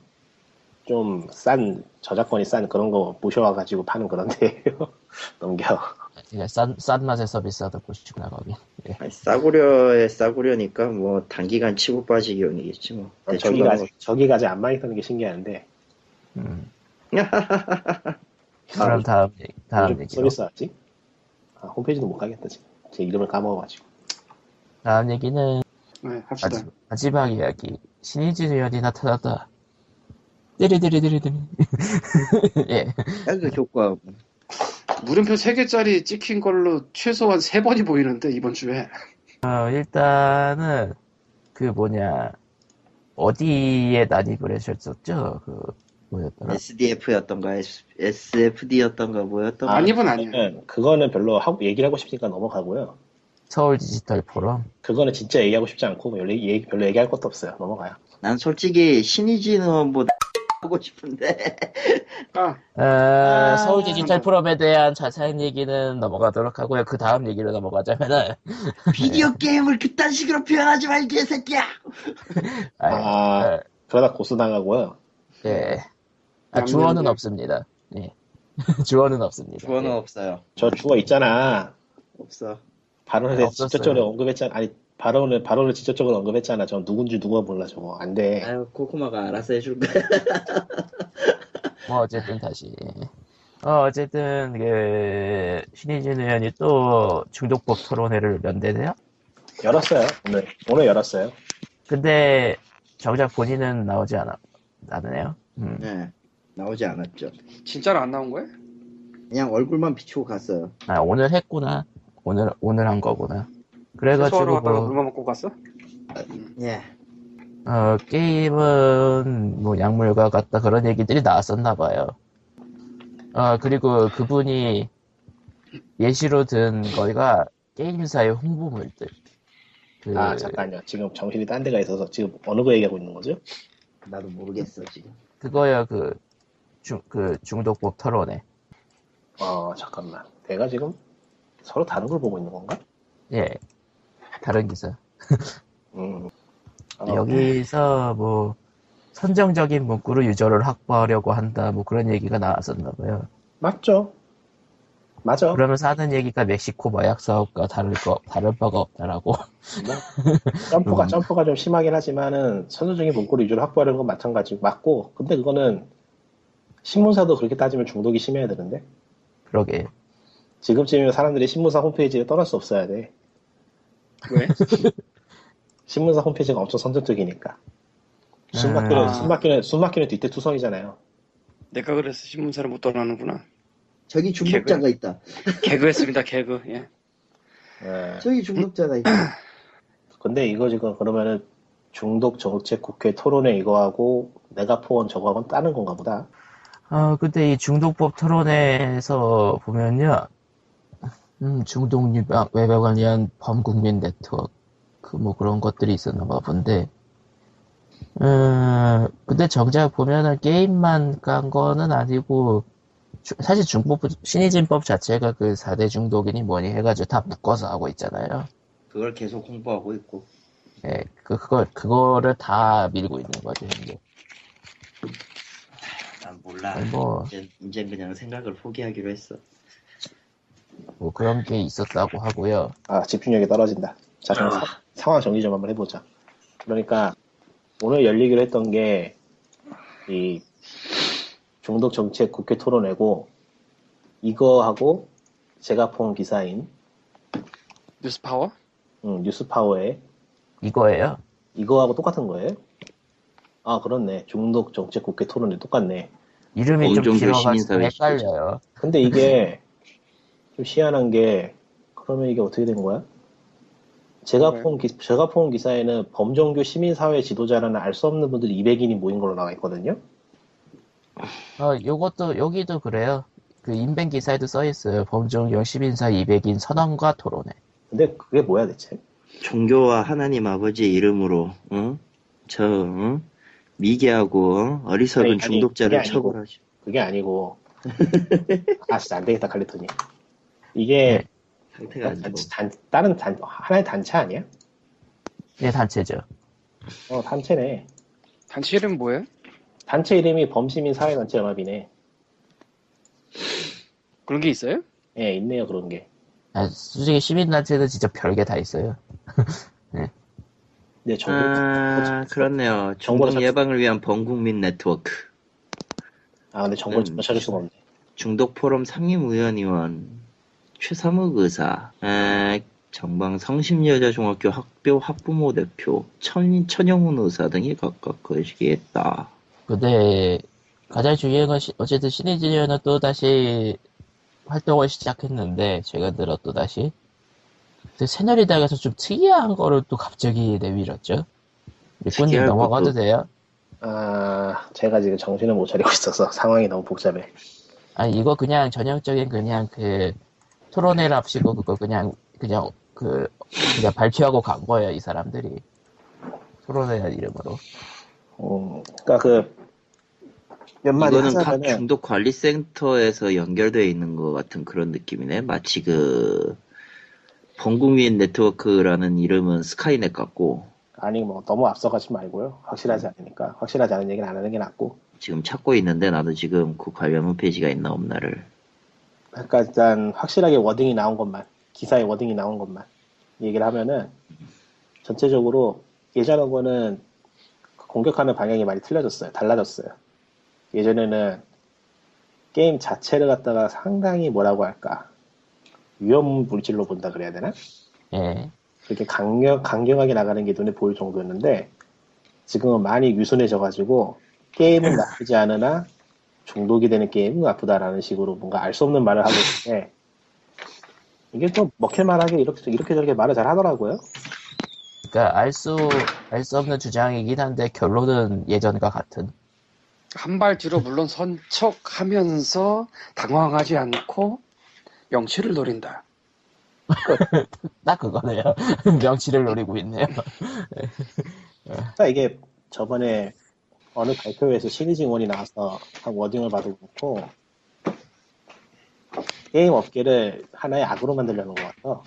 [SPEAKER 4] 좀 싼 저작권이 싼 그런 거 모셔와가지고 파는 그런 데예요. 넘겨.
[SPEAKER 2] 아, 그냥 싼, 싼 맛의 서비스하다 보시구나 거기. 예.
[SPEAKER 1] 아니, 싸구려에 싸구려니까 뭐 단기간 치고 빠지기용이겠지 뭐. 대충
[SPEAKER 4] 네, 저기가
[SPEAKER 1] 넘어-
[SPEAKER 4] 아직, 저기가 아직 안 망했다는 게 신기한데
[SPEAKER 2] 음. 그럼 다음 얘기, 다음
[SPEAKER 4] 요즘
[SPEAKER 2] 얘기로.
[SPEAKER 4] 서비스 왔지? 아, 홈페이지도 못 가겠다 지금. 제 이름을 까먹어가지고.
[SPEAKER 2] 다음 얘기는
[SPEAKER 7] 네, 합시다.
[SPEAKER 2] 마지- 마지막 이야기. 신이지 리얼이 나타났다. 띠리디리디리디리. 예.
[SPEAKER 1] 아, 그 효과.
[SPEAKER 7] 물음표 3개짜리 찍힌 걸로 최소한 3번이 보이는데, 이번 주에.
[SPEAKER 2] 어, 일단은 그 뭐냐 어디에 난입을 하셨었죠? 그 뭐였더라?
[SPEAKER 1] SDF였던가 SFD였던가 뭐였던가.
[SPEAKER 7] 난입은 아니에요.
[SPEAKER 4] 그거는, 그거는 별로 하고 얘기를 하고 싶으니까 넘어가고요.
[SPEAKER 2] 서울 디지털 포럼.
[SPEAKER 4] 그거는 진짜 얘기하고 싶지 않고 별로, 얘기, 별로 얘기할 것도 없어요. 넘어가요.
[SPEAKER 1] 난 솔직히 신이진 의원보다 하고 싶은데.
[SPEAKER 7] 아,
[SPEAKER 2] 어, 서울 디지털 포럼에 대한 자세한 얘기는 넘어가도록 하고요. 그 다음 얘기로 넘어가자면은
[SPEAKER 1] 비디오 게임을 그딴 식으로 표현하지 말게 새끼야.
[SPEAKER 2] 아,
[SPEAKER 4] 아.
[SPEAKER 2] 어,
[SPEAKER 4] 그러다 고소당하고요.
[SPEAKER 2] 예. 아,
[SPEAKER 7] 남는
[SPEAKER 2] 주어는
[SPEAKER 7] 게-
[SPEAKER 2] 없습니다. 예. 주어는 없습니다.
[SPEAKER 1] 주어는
[SPEAKER 2] 예.
[SPEAKER 1] 없어요.
[SPEAKER 4] 저 주어 있잖아.
[SPEAKER 1] 없어.
[SPEAKER 4] 발언을
[SPEAKER 2] 네,
[SPEAKER 4] 직접적으로
[SPEAKER 2] 없었어요.
[SPEAKER 4] 언급했잖아. 아니 발언을 발언을 직접적으로 언급했잖아. 저 누군지 누가 몰라 저거 안 돼.
[SPEAKER 1] 아유 코코마가 알아서 해줄 거야.
[SPEAKER 2] 뭐 어쨌든 다시 어, 어쨌든 그 신의진 의원이 또 중독법 토론회를 연대세요?
[SPEAKER 4] 열었어요 오늘 오늘 열었어요.
[SPEAKER 2] 근데 정작 본인은 나오지 않아 않네요. 음.
[SPEAKER 1] 네. 나오지 않았죠.
[SPEAKER 7] 진짜로 안 나온 거야?
[SPEAKER 1] 그냥 얼굴만 비추고 갔어요.
[SPEAKER 2] 아 오늘 했구나. 오늘 오늘 한 거구나.
[SPEAKER 7] 세수하러
[SPEAKER 2] 그래가지고
[SPEAKER 7] 갔다가
[SPEAKER 2] 뭐,
[SPEAKER 7] 물만 먹고 갔어?
[SPEAKER 1] 예.
[SPEAKER 2] 어, 게임은 뭐 약물과 같다 그런 얘기들이 나왔었나 봐요. 어, 그리고 그분이 예시로 든 거가 게임사의 홍보물들. 그,
[SPEAKER 4] 아 잠깐요. 지금 정신이 딴 데가 있어서 지금 어느 거 얘기하고 있는 거죠?
[SPEAKER 1] 나도 모르겠어 지금.
[SPEAKER 2] 그거요, 그, 중, 그 중독법 토론회.
[SPEAKER 4] 어 잠깐만. 내가 지금 서로 다른 걸 보고 있는 건가?
[SPEAKER 2] 예. 다른 기사.
[SPEAKER 4] 음. 어,
[SPEAKER 2] 아, 여기서 뭐 선정적인 문구로 유저를 확보하려고 한다 뭐 그런 얘기가 나왔었나 봐요.
[SPEAKER 4] 맞죠. 맞아.
[SPEAKER 2] 그러면서 하는 얘기가 멕시코 마약 사업과 다를 거 다를 바가 없다라고.
[SPEAKER 4] 뭐, 점프가
[SPEAKER 2] 음.
[SPEAKER 4] 점프가 좀 심하긴 하지만은 선수적인 문구를 위주로 확보하는 건 마찬가지 맞고 근데 그거는 신문사도 그렇게 따지면 중독이 심해야 되는데
[SPEAKER 2] 그러게.
[SPEAKER 4] 지금쯤이면 사람들이 신문사 홈페이지를 떠날 수 없어야 돼
[SPEAKER 5] 왜?
[SPEAKER 4] 신문사 홈페이지가 엄청 선전적이니까 숨막히는
[SPEAKER 5] 아.
[SPEAKER 4] 숨막히는 숨막히는 뒤태 투성이잖아요
[SPEAKER 5] 내가 그래서 신문사를 못 떠나는구나.
[SPEAKER 1] 저기 중독자가 있다.
[SPEAKER 5] 개그했습니다, 개그. 예.
[SPEAKER 4] 예.
[SPEAKER 1] 저기 중독자가 있다.
[SPEAKER 4] 근데 이거 지금 그러면은 중독 정책 국회 토론회 이거하고 내가 포원 저거하고는 다른 건가 보다
[SPEAKER 2] 아 근데 이 중독법 토론회에서 보면요, 음 중독 유방 외벽 관련 범국민 네트워크 그 뭐 그런 것들이 있었나 봐 본데. 음 근데 정작 보면은 게임만 깐 거는 아니고 주- 사실 중법 신의진법 자체가 그 4대 중독이니 뭐니 해가지고 다 묶어서 하고 있잖아요.
[SPEAKER 1] 그걸 계속 홍보하고 있고.
[SPEAKER 2] 예, 그, 그걸, 그거를 다 밀고 있는 거죠, 현재.
[SPEAKER 1] 난 몰라.
[SPEAKER 2] 아니, 뭐,
[SPEAKER 1] 이제 이제 그냥 생각을 포기하기로 했어.
[SPEAKER 2] 뭐 그런 게 있었다고 하고요.
[SPEAKER 4] 아, 집중력이 떨어진다. 자, 그럼 사- 상황 정리 좀 한번 해보자. 그러니까, 오늘 열리기로 했던 게, 이, 중독 정책 국회 토론회고, 이거하고, 제가 본 기사인,
[SPEAKER 5] 뉴스 파워?
[SPEAKER 4] 음, 뉴스파워에,
[SPEAKER 2] 이거예요.
[SPEAKER 4] 이거하고 똑같은 거예요? 아, 그렇네. 중독 정책 국회 토론회 똑같네.
[SPEAKER 2] 이름이 좀
[SPEAKER 1] 어느 정도
[SPEAKER 2] 길어가지고
[SPEAKER 1] 시민사회
[SPEAKER 2] 헷갈려요.
[SPEAKER 4] 근데 이게, 좀 희한한 게, 그러면 이게 어떻게 된 거야? 제가
[SPEAKER 5] 뭐예요?
[SPEAKER 4] 본, 기, 제가 본 기사에는 범종교 시민사회 지도자라는 알 수 없는 분들 200인이 모인 걸로 나와 있거든요?
[SPEAKER 2] 어, 요것도, 여기도 그래요. 그 인벤 기사에도 써있어요. 범종용 시민사 200인 선언과 토론회.
[SPEAKER 4] 근데 그게 뭐야 대체?
[SPEAKER 1] 종교와 하나님 아버지의 이름으로, 응? 저 응? 미개하고 응? 어리석은
[SPEAKER 4] 아니, 아니,
[SPEAKER 1] 중독자를
[SPEAKER 4] 그게 아니고.
[SPEAKER 1] 처벌하시.
[SPEAKER 4] 그게 아니고 아 진짜 안 되겠다 칼리토니 이게
[SPEAKER 1] 상태가
[SPEAKER 4] 단,
[SPEAKER 1] 아니고.
[SPEAKER 4] 단- 다른 단 하나의 단체 아니야?
[SPEAKER 2] 네, 단체죠.
[SPEAKER 4] 어 단체네
[SPEAKER 5] 단체 이름 뭐예요?
[SPEAKER 4] 단체 이름이 범시민 사회단체 연합이네
[SPEAKER 5] 그런 게 있어요?
[SPEAKER 4] 예 있네요 그런 게
[SPEAKER 2] 아, 솔직히 시민단체는 진짜 별게 다 있어요.
[SPEAKER 4] 근데 정부
[SPEAKER 1] 아, 그렇네요.
[SPEAKER 4] 정보를
[SPEAKER 1] 중독
[SPEAKER 4] 찾-
[SPEAKER 1] 예방을 위한 범국민 네트워크.
[SPEAKER 4] 아 근데 정보를
[SPEAKER 1] 음.
[SPEAKER 4] 못 찾을 수가 없네
[SPEAKER 1] 중독 포럼 상임의원의원 최삼욱 의사 에, 정방 성심여자중학교 학교 학부모 대표 천, 천영훈 의사 등이 각각 거시기했다
[SPEAKER 2] 근데 가장 중요한 건 시- 어쨌든 신의진이는 또다시 활동을 시작했는데 제가 들어 또다시 근데 새누리당에서 좀 특이한 거를 또 갑자기 내밀었죠
[SPEAKER 1] 특이할
[SPEAKER 2] 리꾼님 넘어가도
[SPEAKER 1] 것도-
[SPEAKER 2] 돼요?
[SPEAKER 4] 아 제가 지금 정신을 못 차리고 있어서 상황이 너무 복잡해
[SPEAKER 2] 아니 이거 그냥 전형적인 그냥 그 토론회랍시고 그거 그냥 그냥 그 그냥 발표하고 간 거예요 이 사람들이 토론회 이름으로
[SPEAKER 4] 음 그러니까 그 몇마디
[SPEAKER 1] 이거는 각
[SPEAKER 4] 하자면은
[SPEAKER 1] 중독관리센터에서 연결되어 있는 것 같은 그런 느낌이네 마치 그 범국민 네트워크라는 이름은 스카이넷 같고
[SPEAKER 4] 아니 뭐 너무 앞서가지 말고요 확실하지 않으니까 확실하지 않은 얘기는 안 하는 게 낫고
[SPEAKER 1] 지금 찾고 있는데 나도 지금 그 관련 홈페이지가 있나 없나를
[SPEAKER 4] 그러니까 일단 확실하게 워딩이 나온 것만 기사에 워딩이 나온 것만 얘기를 하면은 전체적으로 예전하고는 그 공격하는 방향이 많이 틀려졌어요 달라졌어요 예전에는 게임 자체를 갖다가 상당히 뭐라고 할까 위험 물질로 본다 그래야 되나
[SPEAKER 2] 예
[SPEAKER 4] 그렇게 강경 강경하게 나가는 게 눈에 보일 정도였는데 지금은 많이 유순해져 가지고 게임은 나쁘지 않으나 중독이 되는 게임은 나쁘다라는 식으로 뭔가 알 수 없는 말을 하고 있는데 이게 또 먹힐만하게 이렇게 이렇게 저렇게 말을 잘 하더라고요.
[SPEAKER 2] 그러니까 알 수 알 수 없는 주장이긴 한데 결론은 예전과 같은
[SPEAKER 5] 한 발 뒤로 물론 선척하면서 당황하지 않고 명치를 노린다.
[SPEAKER 2] 딱 그거네요. 명치를 노리고 있네요.
[SPEAKER 4] 그러니까 이게 저번에 어느 발표회에서 시리즈 원이 나와서 한 워딩을 받아놓고 게임 업계를 하나의 악으로 만들려는 것 같아요.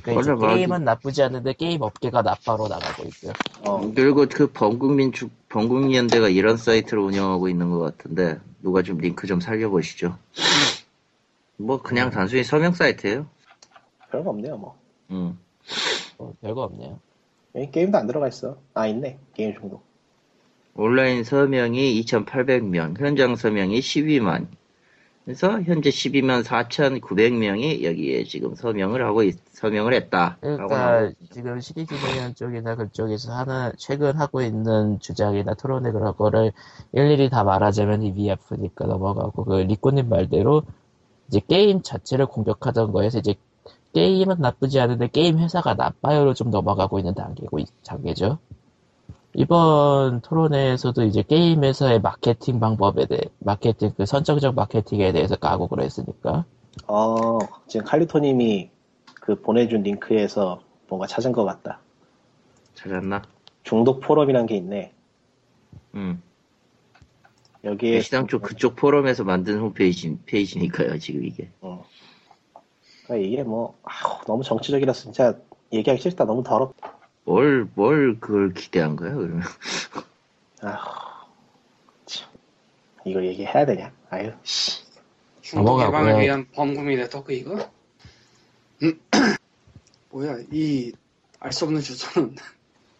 [SPEAKER 2] 그러니까 이제
[SPEAKER 1] 원래 뭐
[SPEAKER 2] 게임은 나쁘지 않은데 게임 업계가 나빠로 나가고 있고요.
[SPEAKER 4] 어,
[SPEAKER 1] 그리고 그 범국민 주, 범국민 연대가 이런 사이트를 운영하고 있는 것 같은데 누가 좀 링크 좀 살려보시죠. 뭐 그냥 단순히 서명 사이트예요.
[SPEAKER 4] 별거 없네요, 뭐.
[SPEAKER 1] 음.
[SPEAKER 2] 뭐 별거 없네요.
[SPEAKER 4] 여기 게임도 안 들어가 있어. 아, 있네. 게임 중독.
[SPEAKER 1] 온라인 서명이 2,800명, 현장 서명이 12만. 그래서 현재 12만 4,900명이 여기에 지금 서명을 하고 있, 서명을 했다. 라고 나와요.
[SPEAKER 2] 그러니까 지금 시리즈 공연 쪽이나 그쪽에서 하는 최근 하고 있는 주장이나 토론회 그런 거를 일일이 다 말하자면 입이 아프니까 넘어가고 그 리코님 말대로 이제 게임 자체를 공격하던 거에서 이제 게임은 나쁘지 않은데 게임 회사가 나빠요로 좀 넘어가고 있는 단계고 이- 단계죠. 이번 토론회에서도 이제 게임 회사의 마케팅 방법에 대해 마케팅 그 선정적 마케팅에 대해서 까고 그랬으니까
[SPEAKER 4] 어, 지금 칼리토님이 그 보내준 링크에서 뭔가 찾은 것 같다.
[SPEAKER 1] 찾았나?
[SPEAKER 4] 중독 포럼이란 게 있네.
[SPEAKER 1] 음.
[SPEAKER 2] 예.
[SPEAKER 4] 여기에
[SPEAKER 1] 네, 시당초 그쪽 포럼에서 만든 홈페이지 페이지니까요 지금 이게
[SPEAKER 4] 어. 그러니까 이게 뭐 아우, 너무 정치적이라서 진짜 얘기하기 싫다. 너무 더럽다.
[SPEAKER 1] 뭘 뭘 그걸 기대한 거야 그러면
[SPEAKER 4] 아우, 참. 이걸 얘기해야 되냐? 아유, 씨.
[SPEAKER 5] 중독
[SPEAKER 2] 넘어가고요.
[SPEAKER 5] 예방을 위한 범국민의 덕그 이거? 음, 뭐야 이 알 수 없는 주소는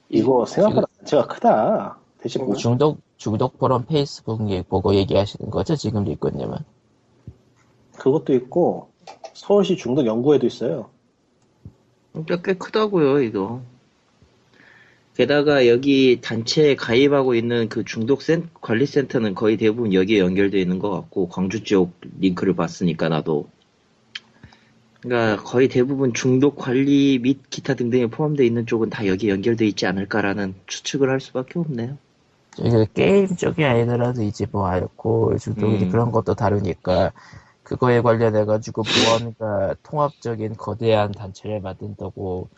[SPEAKER 4] 이거 생각보다 단체가 크다. 대체 뭐,
[SPEAKER 5] 뭐가?
[SPEAKER 2] 중독 중독 포럼 페이스북 예- 보고 얘기하시는 거죠 지금 리코님은.
[SPEAKER 4] 그것도 있고 서울시 중독 연구회도 있어요.
[SPEAKER 1] 그러니까 꽤 크다고요 이거 게다가 여기 단체에 가입하고 있는 그 중독 센 관리 센터는 거의 대부분 여기에 연결되어 있는 것 같고 광주 지역 링크를 봤으니까 나도 그러니까 거의 대부분 중독 관리 및 기타 등등에 포함되어 있는 쪽은 다 여기에 연결되어 있지 않을까라는 추측을 할 수밖에 없네요
[SPEAKER 2] 그 이게 게임 쪽이 아니더라도 이제 뭐 알코올 중독이
[SPEAKER 1] 음.
[SPEAKER 2] 그런 것도 다루니까 그거에 관련해 가지고 보안과 그러니까 통합적인 거대한 단체를 만든다고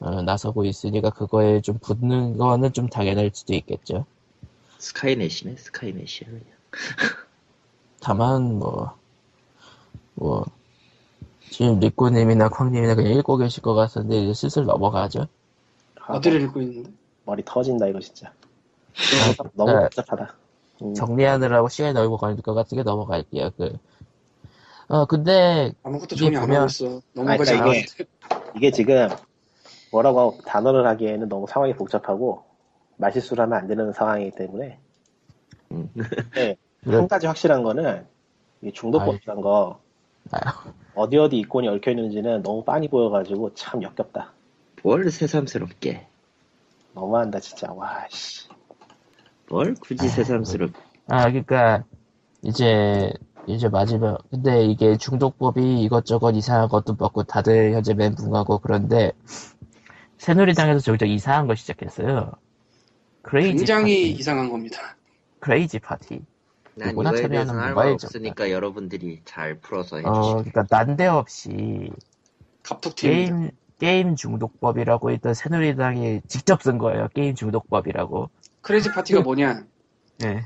[SPEAKER 2] 어, 나서고 있으니까 그거에 좀 붙는 거는 좀 당연할 수도 있겠죠.
[SPEAKER 1] 스카이넷이네 스카이넷이야 그냥.
[SPEAKER 2] 다만 뭐 뭐 지금 리코님이나 콩님이나 그냥 읽고 계실 것 같은데 이제 슬슬 넘어가죠.
[SPEAKER 4] 아,
[SPEAKER 5] 어디를 읽고 있는데?
[SPEAKER 4] 머리 터진다 이거 진짜. 너무
[SPEAKER 2] 네.
[SPEAKER 4] 복잡하다. 음.
[SPEAKER 2] 정리하느라고 시간이 넓고 걸릴 것 같으니까 넘어갈게요. 그 어, 근데
[SPEAKER 5] 아무것도
[SPEAKER 2] 이게
[SPEAKER 5] 정리 안 하고
[SPEAKER 2] 보면-
[SPEAKER 5] 있어 넘어가지
[SPEAKER 4] 아니,
[SPEAKER 5] 않았는데
[SPEAKER 4] 그러니까 이게 지금 뭐라고 단어를 하기에는 너무 상황이 복잡하고 말실수를 하면 안 되는 상황이기 때문에
[SPEAKER 1] 음.
[SPEAKER 4] 네,
[SPEAKER 2] 그래.
[SPEAKER 4] 한 가지 확실한 거는 이 중독법이란 거
[SPEAKER 2] 아휴.
[SPEAKER 4] 어디 어디 이권이 얽혀 있는지는 너무 빤히 보여가지고 참 역겹다
[SPEAKER 1] 뭘 새삼스럽게
[SPEAKER 4] 너무한다 진짜 와씨
[SPEAKER 1] 뭘 굳이 새삼스럽게
[SPEAKER 2] 아, 그러니까 이제 이제 마지막. 근데 이게 중독법이 이것저것 이상한 것도 먹고 다들 현재 멘붕하고 그런데 새누리당에서 저기 저 이상한 걸 시작했어요. 크레이지 파티.
[SPEAKER 5] 굉장히 이상한 겁니다
[SPEAKER 2] 크레이지 파티.
[SPEAKER 1] 난
[SPEAKER 2] 누구나
[SPEAKER 1] 이거에
[SPEAKER 2] 참여하는
[SPEAKER 1] 대해서는 할말
[SPEAKER 2] 모바일
[SPEAKER 1] 없으니까 아, 여러분들이 잘 풀어서
[SPEAKER 5] 네.
[SPEAKER 2] 어,
[SPEAKER 1] 해주시죠
[SPEAKER 2] 그러니까 난데없이
[SPEAKER 5] 갑툭튀입니다
[SPEAKER 2] 게임 게임 중독법이라고 했던 새누리당이 직접 쓴 거예요. 게임 중독법이라고.
[SPEAKER 5] 크레이지 파티가 뭐냐
[SPEAKER 2] 네.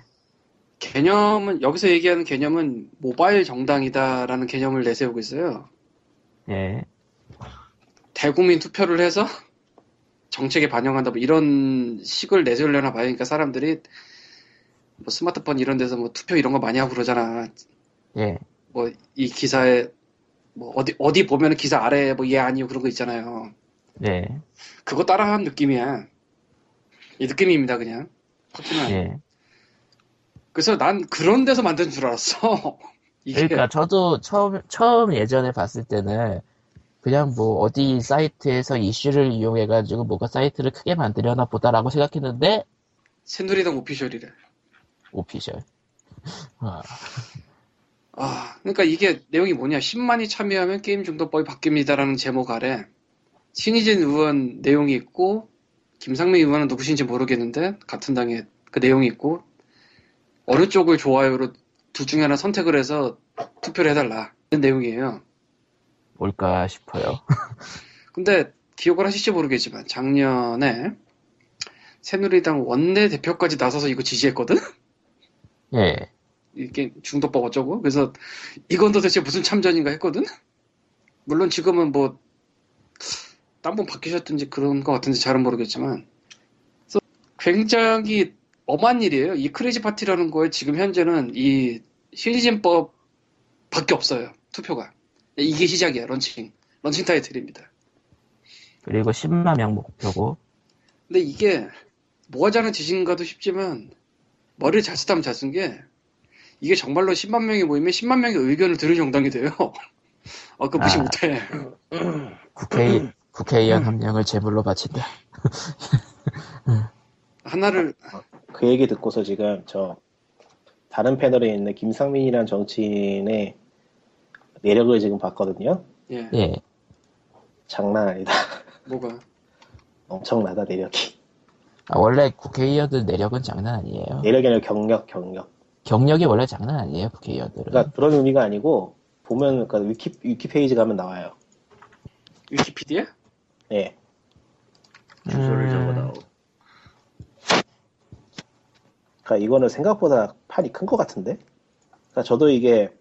[SPEAKER 5] 개념은 여기서 얘기하는 개념은 모바일 정당이다라는 개념을 내세우고 있어요
[SPEAKER 2] 예.
[SPEAKER 5] 대국민 투표를 해서 정책에 반영한다 뭐 이런 식을 내세우려나 봐요. 그러니까 사람들이 뭐 스마트폰 이런 데서 뭐 투표 이런 거 많이 하고 그러잖아.
[SPEAKER 2] 예.
[SPEAKER 5] 뭐 이 기사에 뭐 어디 어디 보면 기사 아래에 뭐 예 아니요 그런 거 있잖아요.
[SPEAKER 2] 네.
[SPEAKER 5] 그거 따라한 느낌이야. 이 느낌입니다 그냥. 그렇지만
[SPEAKER 2] 예.
[SPEAKER 5] 그래서 난 그런 데서 만든 줄 알았어. 이게
[SPEAKER 2] 그러니까 저도 처음 처음 예전에 봤을 때는 그냥 뭐 어디 사이트에서 이슈를 이용해 가지고 뭔가 사이트를 크게 만들려나 보다라고 생각했는데
[SPEAKER 5] 새누리당 오피셜이래.
[SPEAKER 2] 오피셜. 아,
[SPEAKER 5] 아, 그러니까 이게 내용이 뭐냐. 10만이 참여하면 게임 중독법이 바뀝니다라는 제목 아래 신희진 의원 내용이 있고 김상민 의원은 누구신지 모르겠는데 같은 당에 그 내용이 있고 어느 쪽을 좋아요로 둘 중에 하나 선택을 해서 투표를 해달라 이런 내용이에요.
[SPEAKER 2] 올까 싶어요.
[SPEAKER 5] 근데 기억을 하실지 모르겠지만 작년에 새누리당 원내 대표까지 나서서 이거 지지했거든.
[SPEAKER 2] 예.
[SPEAKER 5] 이게 중독법 어쩌고 그래서 이건 도대체 무슨 참전인가 했거든 물론 지금은 뭐 딴 분 바뀌셨든지 그런 것 같은지 잘은 모르겠지만 그래서 굉장히 엄한 일이에요 이 크레이지 파티라는 거에 지금 현재는 이 신진법 밖에 없어요 투표가 이게 시작이야 런칭 런칭 타이틀입니다
[SPEAKER 2] 그리고 10만 명 목표고
[SPEAKER 5] 근데 이게 뭐 하자는 짓인가도 싶지만 머리를 잘 쓰다면 잘 쓴 게 이게 정말로 10만 명이 모이면 10만 명의 의견을 들을 정당이 돼요. 아, 그 무시
[SPEAKER 2] 아.
[SPEAKER 5] 못해.
[SPEAKER 2] 국회 국회의원 한 명을 제물로 바친다.
[SPEAKER 5] 하나를
[SPEAKER 4] 그 얘기 듣고서 지금 저 다른 패널에 있는 김상민이라는 정치인의 내력을 지금 봤거든요.
[SPEAKER 5] 예
[SPEAKER 2] 예.
[SPEAKER 4] 장난 아니다.
[SPEAKER 5] 뭐가
[SPEAKER 4] 엄청나다 내력이.
[SPEAKER 2] 아, 원래 국회의원들 내력은 장난 아니에요.
[SPEAKER 4] 내력이 아니라 경력, 경력.
[SPEAKER 2] 경력이 원래 장난 아니에요 국회의원들은.
[SPEAKER 4] 그러니까 그런 의미가 아니고 보면 그러니까 위키 위키 페이지 가면 나와요.
[SPEAKER 5] 위키피디아?
[SPEAKER 4] 예.
[SPEAKER 1] 주소를
[SPEAKER 2] 음.
[SPEAKER 1] 적어다오.
[SPEAKER 4] 그러니까 이거는 생각보다 판이 큰 것 같은데. 그러니까 저도 이게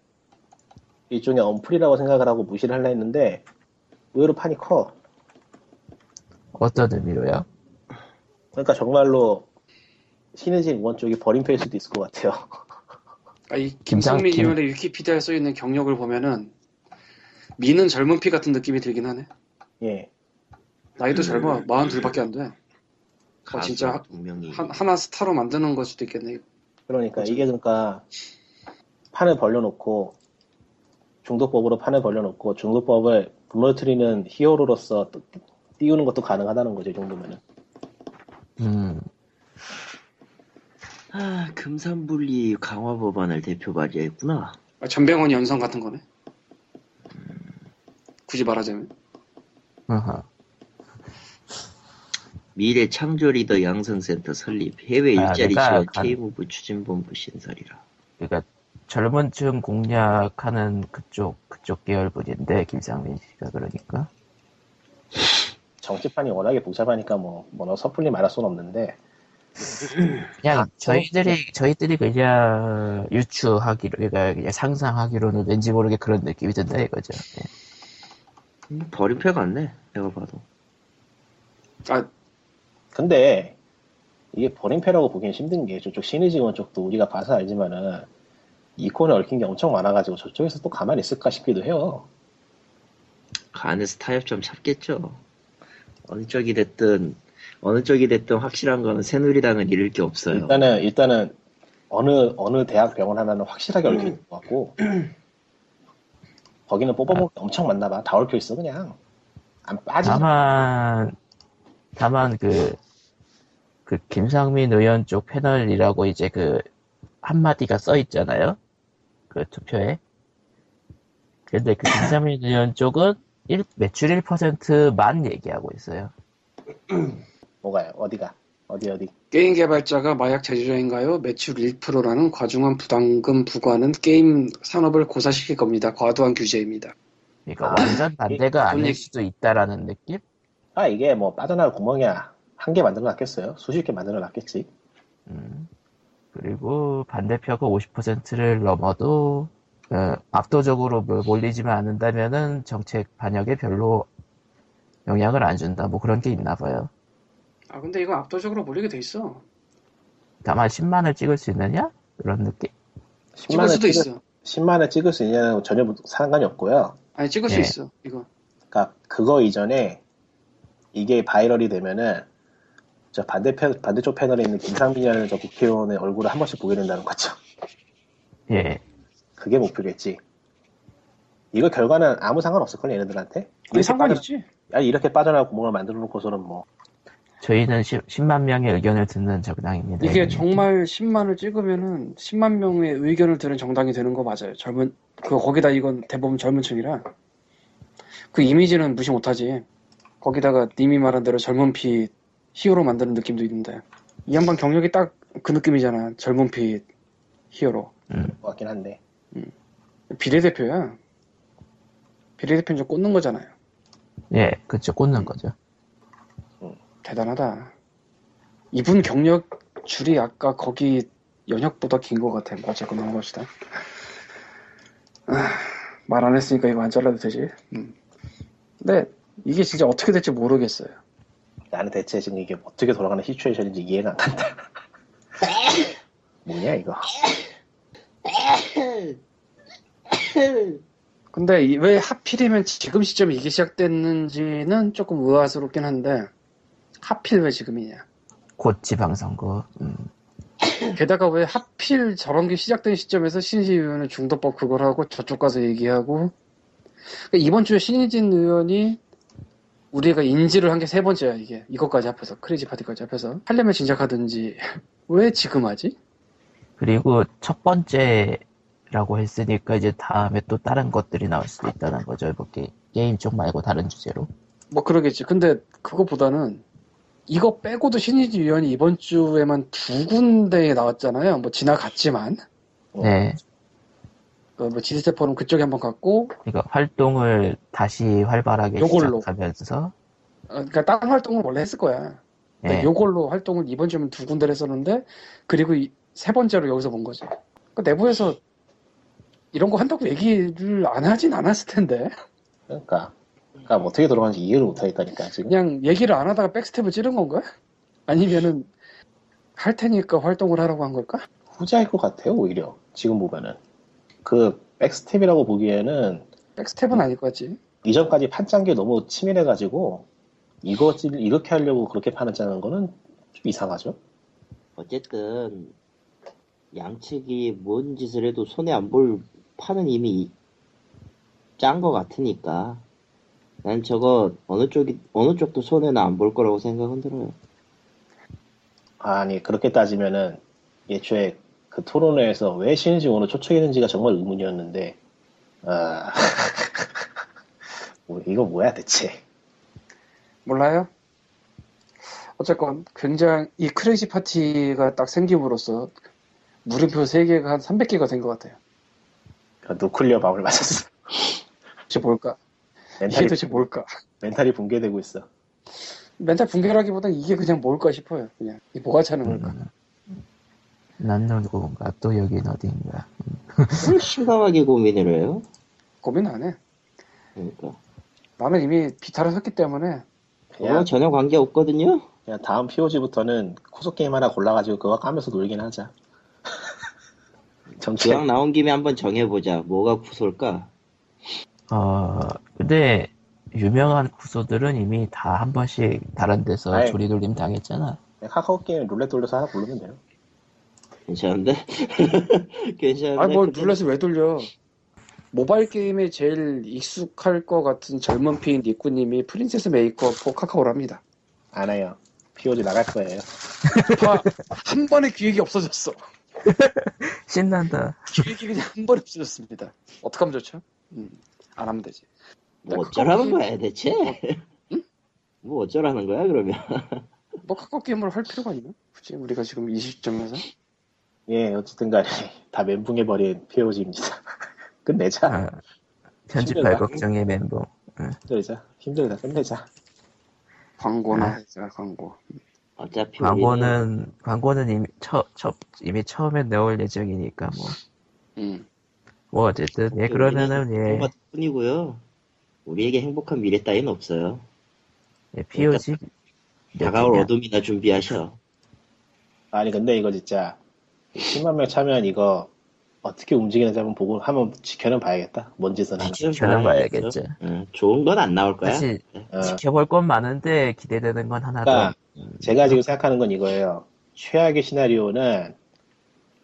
[SPEAKER 4] 일종의 언플이라고 생각을 하고 무시를 하려 했는데 의외로 판이 커.
[SPEAKER 2] 어떤 의미로요?
[SPEAKER 4] 그러니까 정말로 신의진 의원 쪽이 버림패일 수도 있을 것 같아요.
[SPEAKER 5] 아, 이
[SPEAKER 2] 김상-
[SPEAKER 5] 김상민
[SPEAKER 2] 김-
[SPEAKER 5] 의원의 위키피디아에 써 있는 경력을 보면은 미는 젊은 피 같은 느낌이 들긴 하네.
[SPEAKER 4] 예.
[SPEAKER 5] 나이도 젊어, 42밖에 안 돼. 어, 진짜
[SPEAKER 1] 가수 분명히
[SPEAKER 5] 한, 하나 스타로 만드는 걸 수도 있겠네.
[SPEAKER 4] 그러니까 이게 그러니까 판을 벌려놓고 중독법으로 판을 벌려놓고 중독법을 무너뜨리는 히어로로서 또 띄우는 것도 가능하다는 거죠. 이 정도면은.
[SPEAKER 2] 음.
[SPEAKER 1] 아, 금산분리 강화 법안을 대표 발의했구나.
[SPEAKER 5] 아, 전병헌 연성 같은 거네. 굳이 말하자면
[SPEAKER 2] 어허.
[SPEAKER 1] 미래 창조 리더 양성센터 설립, 해외
[SPEAKER 2] 아,
[SPEAKER 1] 일자리
[SPEAKER 2] 내가
[SPEAKER 1] 지원
[SPEAKER 2] 간-
[SPEAKER 1] K무브 추진본부 신설이라.
[SPEAKER 2] 그러니까 젊은층 공략하는 그쪽 그쪽 계열 분인데 김상민 씨가 그러니까
[SPEAKER 4] 정치판이 워낙에 복잡하니까 뭐, 뭐 섣불리 말할 수는 없는데
[SPEAKER 2] 그냥
[SPEAKER 4] 아,
[SPEAKER 2] 저희들이 저희들이 그냥 유추하기로 그러니까 그냥 상상하기로는 왠지 모르게 그런 느낌이 든다 이거죠. 예.
[SPEAKER 1] 음, 버림패 같네, 내가 봐도.
[SPEAKER 5] 아,
[SPEAKER 4] 근데 이게 버림패라고 보기엔 힘든 게 저쪽 신의지원 쪽도 우리가 봐서 알지만은 이콘에 얽힌 게 엄청 많아가지고 저쪽에서 또 가만히 있을까 싶기도 해요.
[SPEAKER 1] 간에서 타협 좀 찾겠죠. 어느 쪽이 됐든, 어느 쪽이 됐든 확실한 거는 새누리당은 잃을 게 없어요.
[SPEAKER 4] 일단은 일단은 어느 어느 대학 병원 하나는 확실하게 얽혀 있는 것 같고 거기는 뽑아먹을 게 엄청 많나 봐. 다 얽혀 있어 그냥 안 빠지.
[SPEAKER 2] 다만 다만 그, 그 김상민 의원 쪽 패널이라고 이제 그 한마디가 써 있잖아요. 그 투표에. 근데 그 김상민 의원 쪽은 일- 매출 1%만 얘기하고 있어요.
[SPEAKER 4] 뭐가요? 어디가? 어디 어디?
[SPEAKER 5] 게임 개발자가 마약 제조자인가요? 매출 1%라는 과중한 부담금 부과는 게임 산업을 고사시킬 겁니다. 과도한 규제입니다.
[SPEAKER 2] 그러니까 완전 반대가
[SPEAKER 5] 돈
[SPEAKER 2] 아닐
[SPEAKER 5] 얘기-
[SPEAKER 2] 수도 있다라는 느낌?
[SPEAKER 4] 아 이게 뭐 빠져나갈 구멍이야. 한 개 만들어 놨겠어요? 수십 개 만들어 놨겠지.
[SPEAKER 2] 음. 그리고 반대표가 50%를 넘어도 어, 압도적으로 뭐 몰- 몰리지만 않는다면은 정책 반역에 별로 영향을 안 준다. 뭐 그런 게 있나 봐요.
[SPEAKER 5] 아 근데 이거 압도적으로 몰리게 돼 있어.
[SPEAKER 2] 다만 10만을 찍을 수 있느냐? 그런 느낌.
[SPEAKER 4] 10만
[SPEAKER 5] 찍을
[SPEAKER 4] 을
[SPEAKER 5] 수도
[SPEAKER 4] 찍을-
[SPEAKER 5] 있어.
[SPEAKER 4] 10만 원 찍을 수 있냐는 건 전혀 상관이 없고요.
[SPEAKER 5] 아니 찍을
[SPEAKER 4] 네.
[SPEAKER 2] 예.
[SPEAKER 5] 수 있어. 이거
[SPEAKER 4] 그러니까 그거 이전에 이게 바이럴이 되면은 저 반대편 반대쪽 패널에 있는 김상민이라는 저 국회의원의 얼굴을 한 번씩 보게 된다는 거죠.
[SPEAKER 2] 예.
[SPEAKER 4] 그게 목표겠지. 이거 결과는 아무 상관 없을 걸 얘네들한테.
[SPEAKER 5] 아니
[SPEAKER 4] 이렇게
[SPEAKER 5] 상관이
[SPEAKER 4] 빠져-
[SPEAKER 5] 있지.
[SPEAKER 4] 아니 이렇게 빠져나갈 구멍을 만들어 놓고서는 뭐
[SPEAKER 2] 저희는 10, 10만 명의 의견을 듣는 정당입니다.
[SPEAKER 5] 이게
[SPEAKER 2] 이런
[SPEAKER 5] 정말 10만을 찍으면은 10만 명의 의견을 들은 정당이 되는 거 맞아요. 젊은 그 거기다 이건 대부분 젊은 층이라 그 이미지는 무시 못하지. 거기다가 님이 말한 대로 젊은 피 히어로 만드는 느낌도 있는데 이 양반 경력이 딱 그 느낌이잖아. 젊은 피 히어로.
[SPEAKER 6] 음.
[SPEAKER 4] 것 같긴 한데
[SPEAKER 5] 비례대표야. 비례대표는 좀 꽂는 거잖아요.
[SPEAKER 6] 예, 그쵸, 꽂는 거죠.
[SPEAKER 5] 대단하다. 이분 경력 줄이 아까 거기 연혁보다 긴 것 같아. 뭐 어쨌건 넘어갑시다. 아, 말 안 했으니까 이거 안 잘라도 되지. 음. 근데 이게 진짜 어떻게 될지 모르겠어요.
[SPEAKER 4] 나는 대체 지금 이게 어떻게 돌아가는 시츄에이션인지 이해가 안 간다. 뭐냐 이거?
[SPEAKER 5] 근데 이- 왜 하필이면 지금 시점에 이게 시작됐는지는 조금 의아스럽긴 한데 하필 왜 지금이냐.
[SPEAKER 6] 곧 지방선거. 음.
[SPEAKER 5] 게다가 왜 하필 저런 게 시작된 시점에서 신지 의원은 중도법 그걸 하고 저쪽 가서 얘기하고 그러니까 이번 주에 신진 의원이 우리가 인지를 한 게 세 번째야 이게 이것까지 합해서 크레이지 파티까지 합해서 하려면 진작 하든지 왜 지금 하지?
[SPEAKER 6] 그리고 첫 번째라고 했으니까 이제 다음에 또 다른 것들이 나올 수도 있다는 거죠. 이렇게 게임 쪽 말고 다른 주제로.
[SPEAKER 5] 뭐 그러겠지 근데 그거보다는 이거 빼고도 신지 의원이 이번 주에만 두 군데에 나왔잖아요 뭐 지나갔지만 어.
[SPEAKER 6] 네.
[SPEAKER 5] 그뭐 지지세 포럼 그쪽에 한번 갔고
[SPEAKER 6] 그러니까 활동을 다시 활발하게
[SPEAKER 5] 요걸로.
[SPEAKER 6] 시작하면서
[SPEAKER 5] 어, 그러니까 다른 활동을 원래 했을 거야 근데
[SPEAKER 6] 예,
[SPEAKER 5] 요걸로 활동을 이번 주면 두 군데를 했었는데 그리고 이- 세 번째로 여기서 본 거지. 그 내부에서 이런 거 한다고 얘기를 안 하진 않았을 텐데
[SPEAKER 4] 그러니까 그러니까 뭐 어떻게 돌아가는지 이해를 못하겠다니까 지금.
[SPEAKER 5] 그냥 얘기를 안 하다가 백스텝을 찌른 건가? 아니면은 할 테니까 활동을 하라고 한 걸까?
[SPEAKER 4] 후자일 것 같아요 오히려 지금 보면은 그 백스텝이라고 보기에는
[SPEAKER 5] 백스텝은 아닐 거지.
[SPEAKER 4] 이전까지 판짠 게 너무 치밀해가지고 이거 이렇게 하려고 그렇게 파는 짜는 거는 좀 이상하죠.
[SPEAKER 1] 어쨌든 양측이 뭔 짓을 해도 손해 안 볼 판은 이미 짠 거 같으니까 난 저거 어느 쪽이 어느 쪽도 손해는 안 볼 거라고 생각은 들어요.
[SPEAKER 4] 아니 그렇게 따지면은 예초에 그 토론회에서 왜 신지 오늘 초청했는지가 정말 의문이었는데 아 뭐, 이거 뭐야 대체
[SPEAKER 5] 몰라요? 어쨌건 굉장히 이 크레이지 파티가 딱 생김으로써 물음표 3개가 한 300개가 된 것 같아요.
[SPEAKER 4] 그러니까 누클리어 밤을 맞았어
[SPEAKER 5] 도대체 뭘까? 이게
[SPEAKER 4] 멘탈이,
[SPEAKER 5] 도대체 뭘까?
[SPEAKER 4] 멘탈이 붕괴되고 있어
[SPEAKER 5] 멘탈 붕괴라기보단 이게 그냥 뭘까 싶어요. 그냥 이 뭐가 차는 걸까?
[SPEAKER 6] 난 누군가 음. 또 여긴 어디인가.
[SPEAKER 1] 뭘 심각하게 고민을 해요?
[SPEAKER 5] 고민 안 해.
[SPEAKER 1] 그러니까
[SPEAKER 5] 나는 이미 비타를 샀기 때문에
[SPEAKER 1] 그거랑
[SPEAKER 4] 그냥,
[SPEAKER 1] 전혀 관계 없거든요.
[SPEAKER 4] 그냥 다음 POG부터는 코소 게임 하나 골라가지고 그거 까면서 놀긴 하자 정체
[SPEAKER 1] 기왕 나온 김에 한번 정해보자. 뭐가 구설까?
[SPEAKER 6] 어, 근데 유명한 구소들은 이미 다 한 번씩 다른 데서
[SPEAKER 4] 아이.
[SPEAKER 6] 조리돌림 당했잖아.
[SPEAKER 4] 그냥 카카오 게임 룰렛 돌려서 하나 고르면 돼요
[SPEAKER 1] 괜찮은데? 괜찮은데?
[SPEAKER 5] 아니 뭐, 뭘
[SPEAKER 1] 근데
[SPEAKER 5] 눌러서 왜 돌려? 모바일 게임에 제일 익숙할 것 같은 젊은 피인 니꾸님이 프린세스 메이커 4 카카오랍니다.
[SPEAKER 4] 안 해요 POG 나갈 거예요
[SPEAKER 5] 봐, 아, 한 번에 기획이 없어졌어.
[SPEAKER 6] 신난다.
[SPEAKER 5] 기획이 그냥 한 번에 없어졌습니다. 어떡하면 좋죠? 음, 안 하면 되지.
[SPEAKER 1] 뭐 어쩌라는 거야 대체?
[SPEAKER 5] 어.
[SPEAKER 1] 뭐 어쩌라는 거야 그러면?
[SPEAKER 5] 뭐 카카오 게임을 할 필요가 있나? 굳이 우리가 지금 20점에서
[SPEAKER 4] 예 어쨌든 간에 다 멘붕해버린 POG입니다 끝내자
[SPEAKER 6] 아, 편집할
[SPEAKER 4] 신기하다.
[SPEAKER 6] 걱정의 멘붕.
[SPEAKER 4] 힘들자 힘들다 끝내자
[SPEAKER 5] 광고나 해자 광고.
[SPEAKER 1] 어차피
[SPEAKER 2] 아,
[SPEAKER 1] 우리는
[SPEAKER 6] 광고는 광고는 이미 처, 처 이미 처음에 넣을 예정이니까 뭐.
[SPEAKER 5] 음.
[SPEAKER 6] 뭐 어쨌든 예 그러면은 예,
[SPEAKER 1] 뭔가 뿐이고요. 우리에게 행복한 미래 따위는 없어요.
[SPEAKER 6] 예 POG 네,
[SPEAKER 1] 다가올
[SPEAKER 6] 몇
[SPEAKER 1] 어둠이나 준비하셔.
[SPEAKER 4] 아니 근데 이거 진짜 10만 명 참여한 이거 어떻게 움직이는지 한번 보고 한번 지켜는 봐야겠다. 뭔 짓을 하나.
[SPEAKER 1] 지금
[SPEAKER 6] 저는 봐야겠죠.
[SPEAKER 1] 응, 예, 좋은 건 안 나올 거야.
[SPEAKER 6] 아, 사실
[SPEAKER 4] 어,
[SPEAKER 6] 지켜볼 건 많은데 기대되는 건 하나도
[SPEAKER 4] 그러니까
[SPEAKER 6] 음,
[SPEAKER 4] 제가 지금 생각하는 건 이거예요. 최악의 시나리오는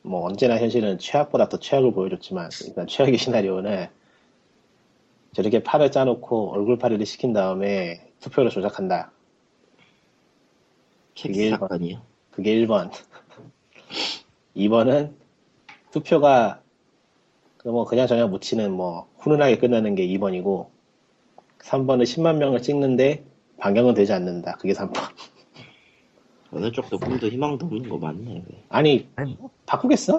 [SPEAKER 4] 뭐 언제나 현실은 최악보다 더 최악을 보여줬지만 일단 최악의 시나리오는 저렇게 팔을 짜놓고 얼굴 팔이를 시킨 다음에 투표를 조작한다.
[SPEAKER 1] 캡스
[SPEAKER 4] 이게
[SPEAKER 1] 사건이요.
[SPEAKER 4] 그게 1번. 2번은 투표가 그뭐 그냥 저냥 묻히는 뭐 훈훈하게 끝나는 게 2번이고 3번은 10만 명을 찍는데 반경은 되지 않는다. 그게 3번.
[SPEAKER 1] 어느 쪽도 꿈도 희망도 없는 거 맞네. 왜.
[SPEAKER 4] 아니
[SPEAKER 6] 아니, 뭐,
[SPEAKER 4] 바꾸겠어?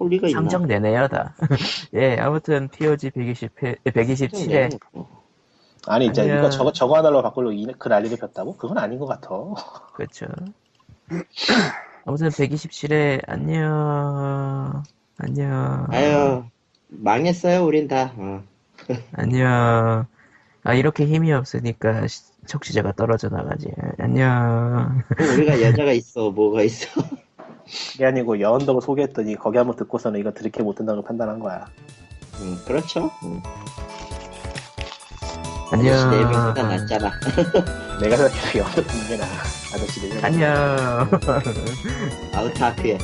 [SPEAKER 1] 올 리가 있나?
[SPEAKER 2] 상정 내내요 다. 예 아무튼 POG 120회
[SPEAKER 6] 예,
[SPEAKER 1] 네.
[SPEAKER 2] 127회
[SPEAKER 1] 어.
[SPEAKER 4] 아니 진짜
[SPEAKER 2] 아니야.
[SPEAKER 4] 이거 저거 저거 하나로 바꾸려고 이- 그 난리를 폈다고? 그건 아닌 것 같아.
[SPEAKER 2] 그렇죠. 아무튼 127회 안녕 안녕
[SPEAKER 1] 아유 망했어요 우린 다. 어.
[SPEAKER 2] 안녕 아 이렇게 힘이 없으니까 시- 청취자가 떨어져 나가지 안녕
[SPEAKER 1] 우리가 여자가 있어 뭐가 있어.
[SPEAKER 4] 그게 아니고 여언덕을 소개했더니 거기 한번 듣고서는 이거 들이켜 못 된다고 판단한 거야.
[SPEAKER 1] 음, 그렇죠. 음.
[SPEAKER 2] 안녕
[SPEAKER 1] 아저씨 네명다 났잖아.
[SPEAKER 4] 내가 생각해도
[SPEAKER 1] 네.
[SPEAKER 4] 여언덕 듣는 게 나아. 아저씨들.
[SPEAKER 2] 안녕
[SPEAKER 1] 아우타크에.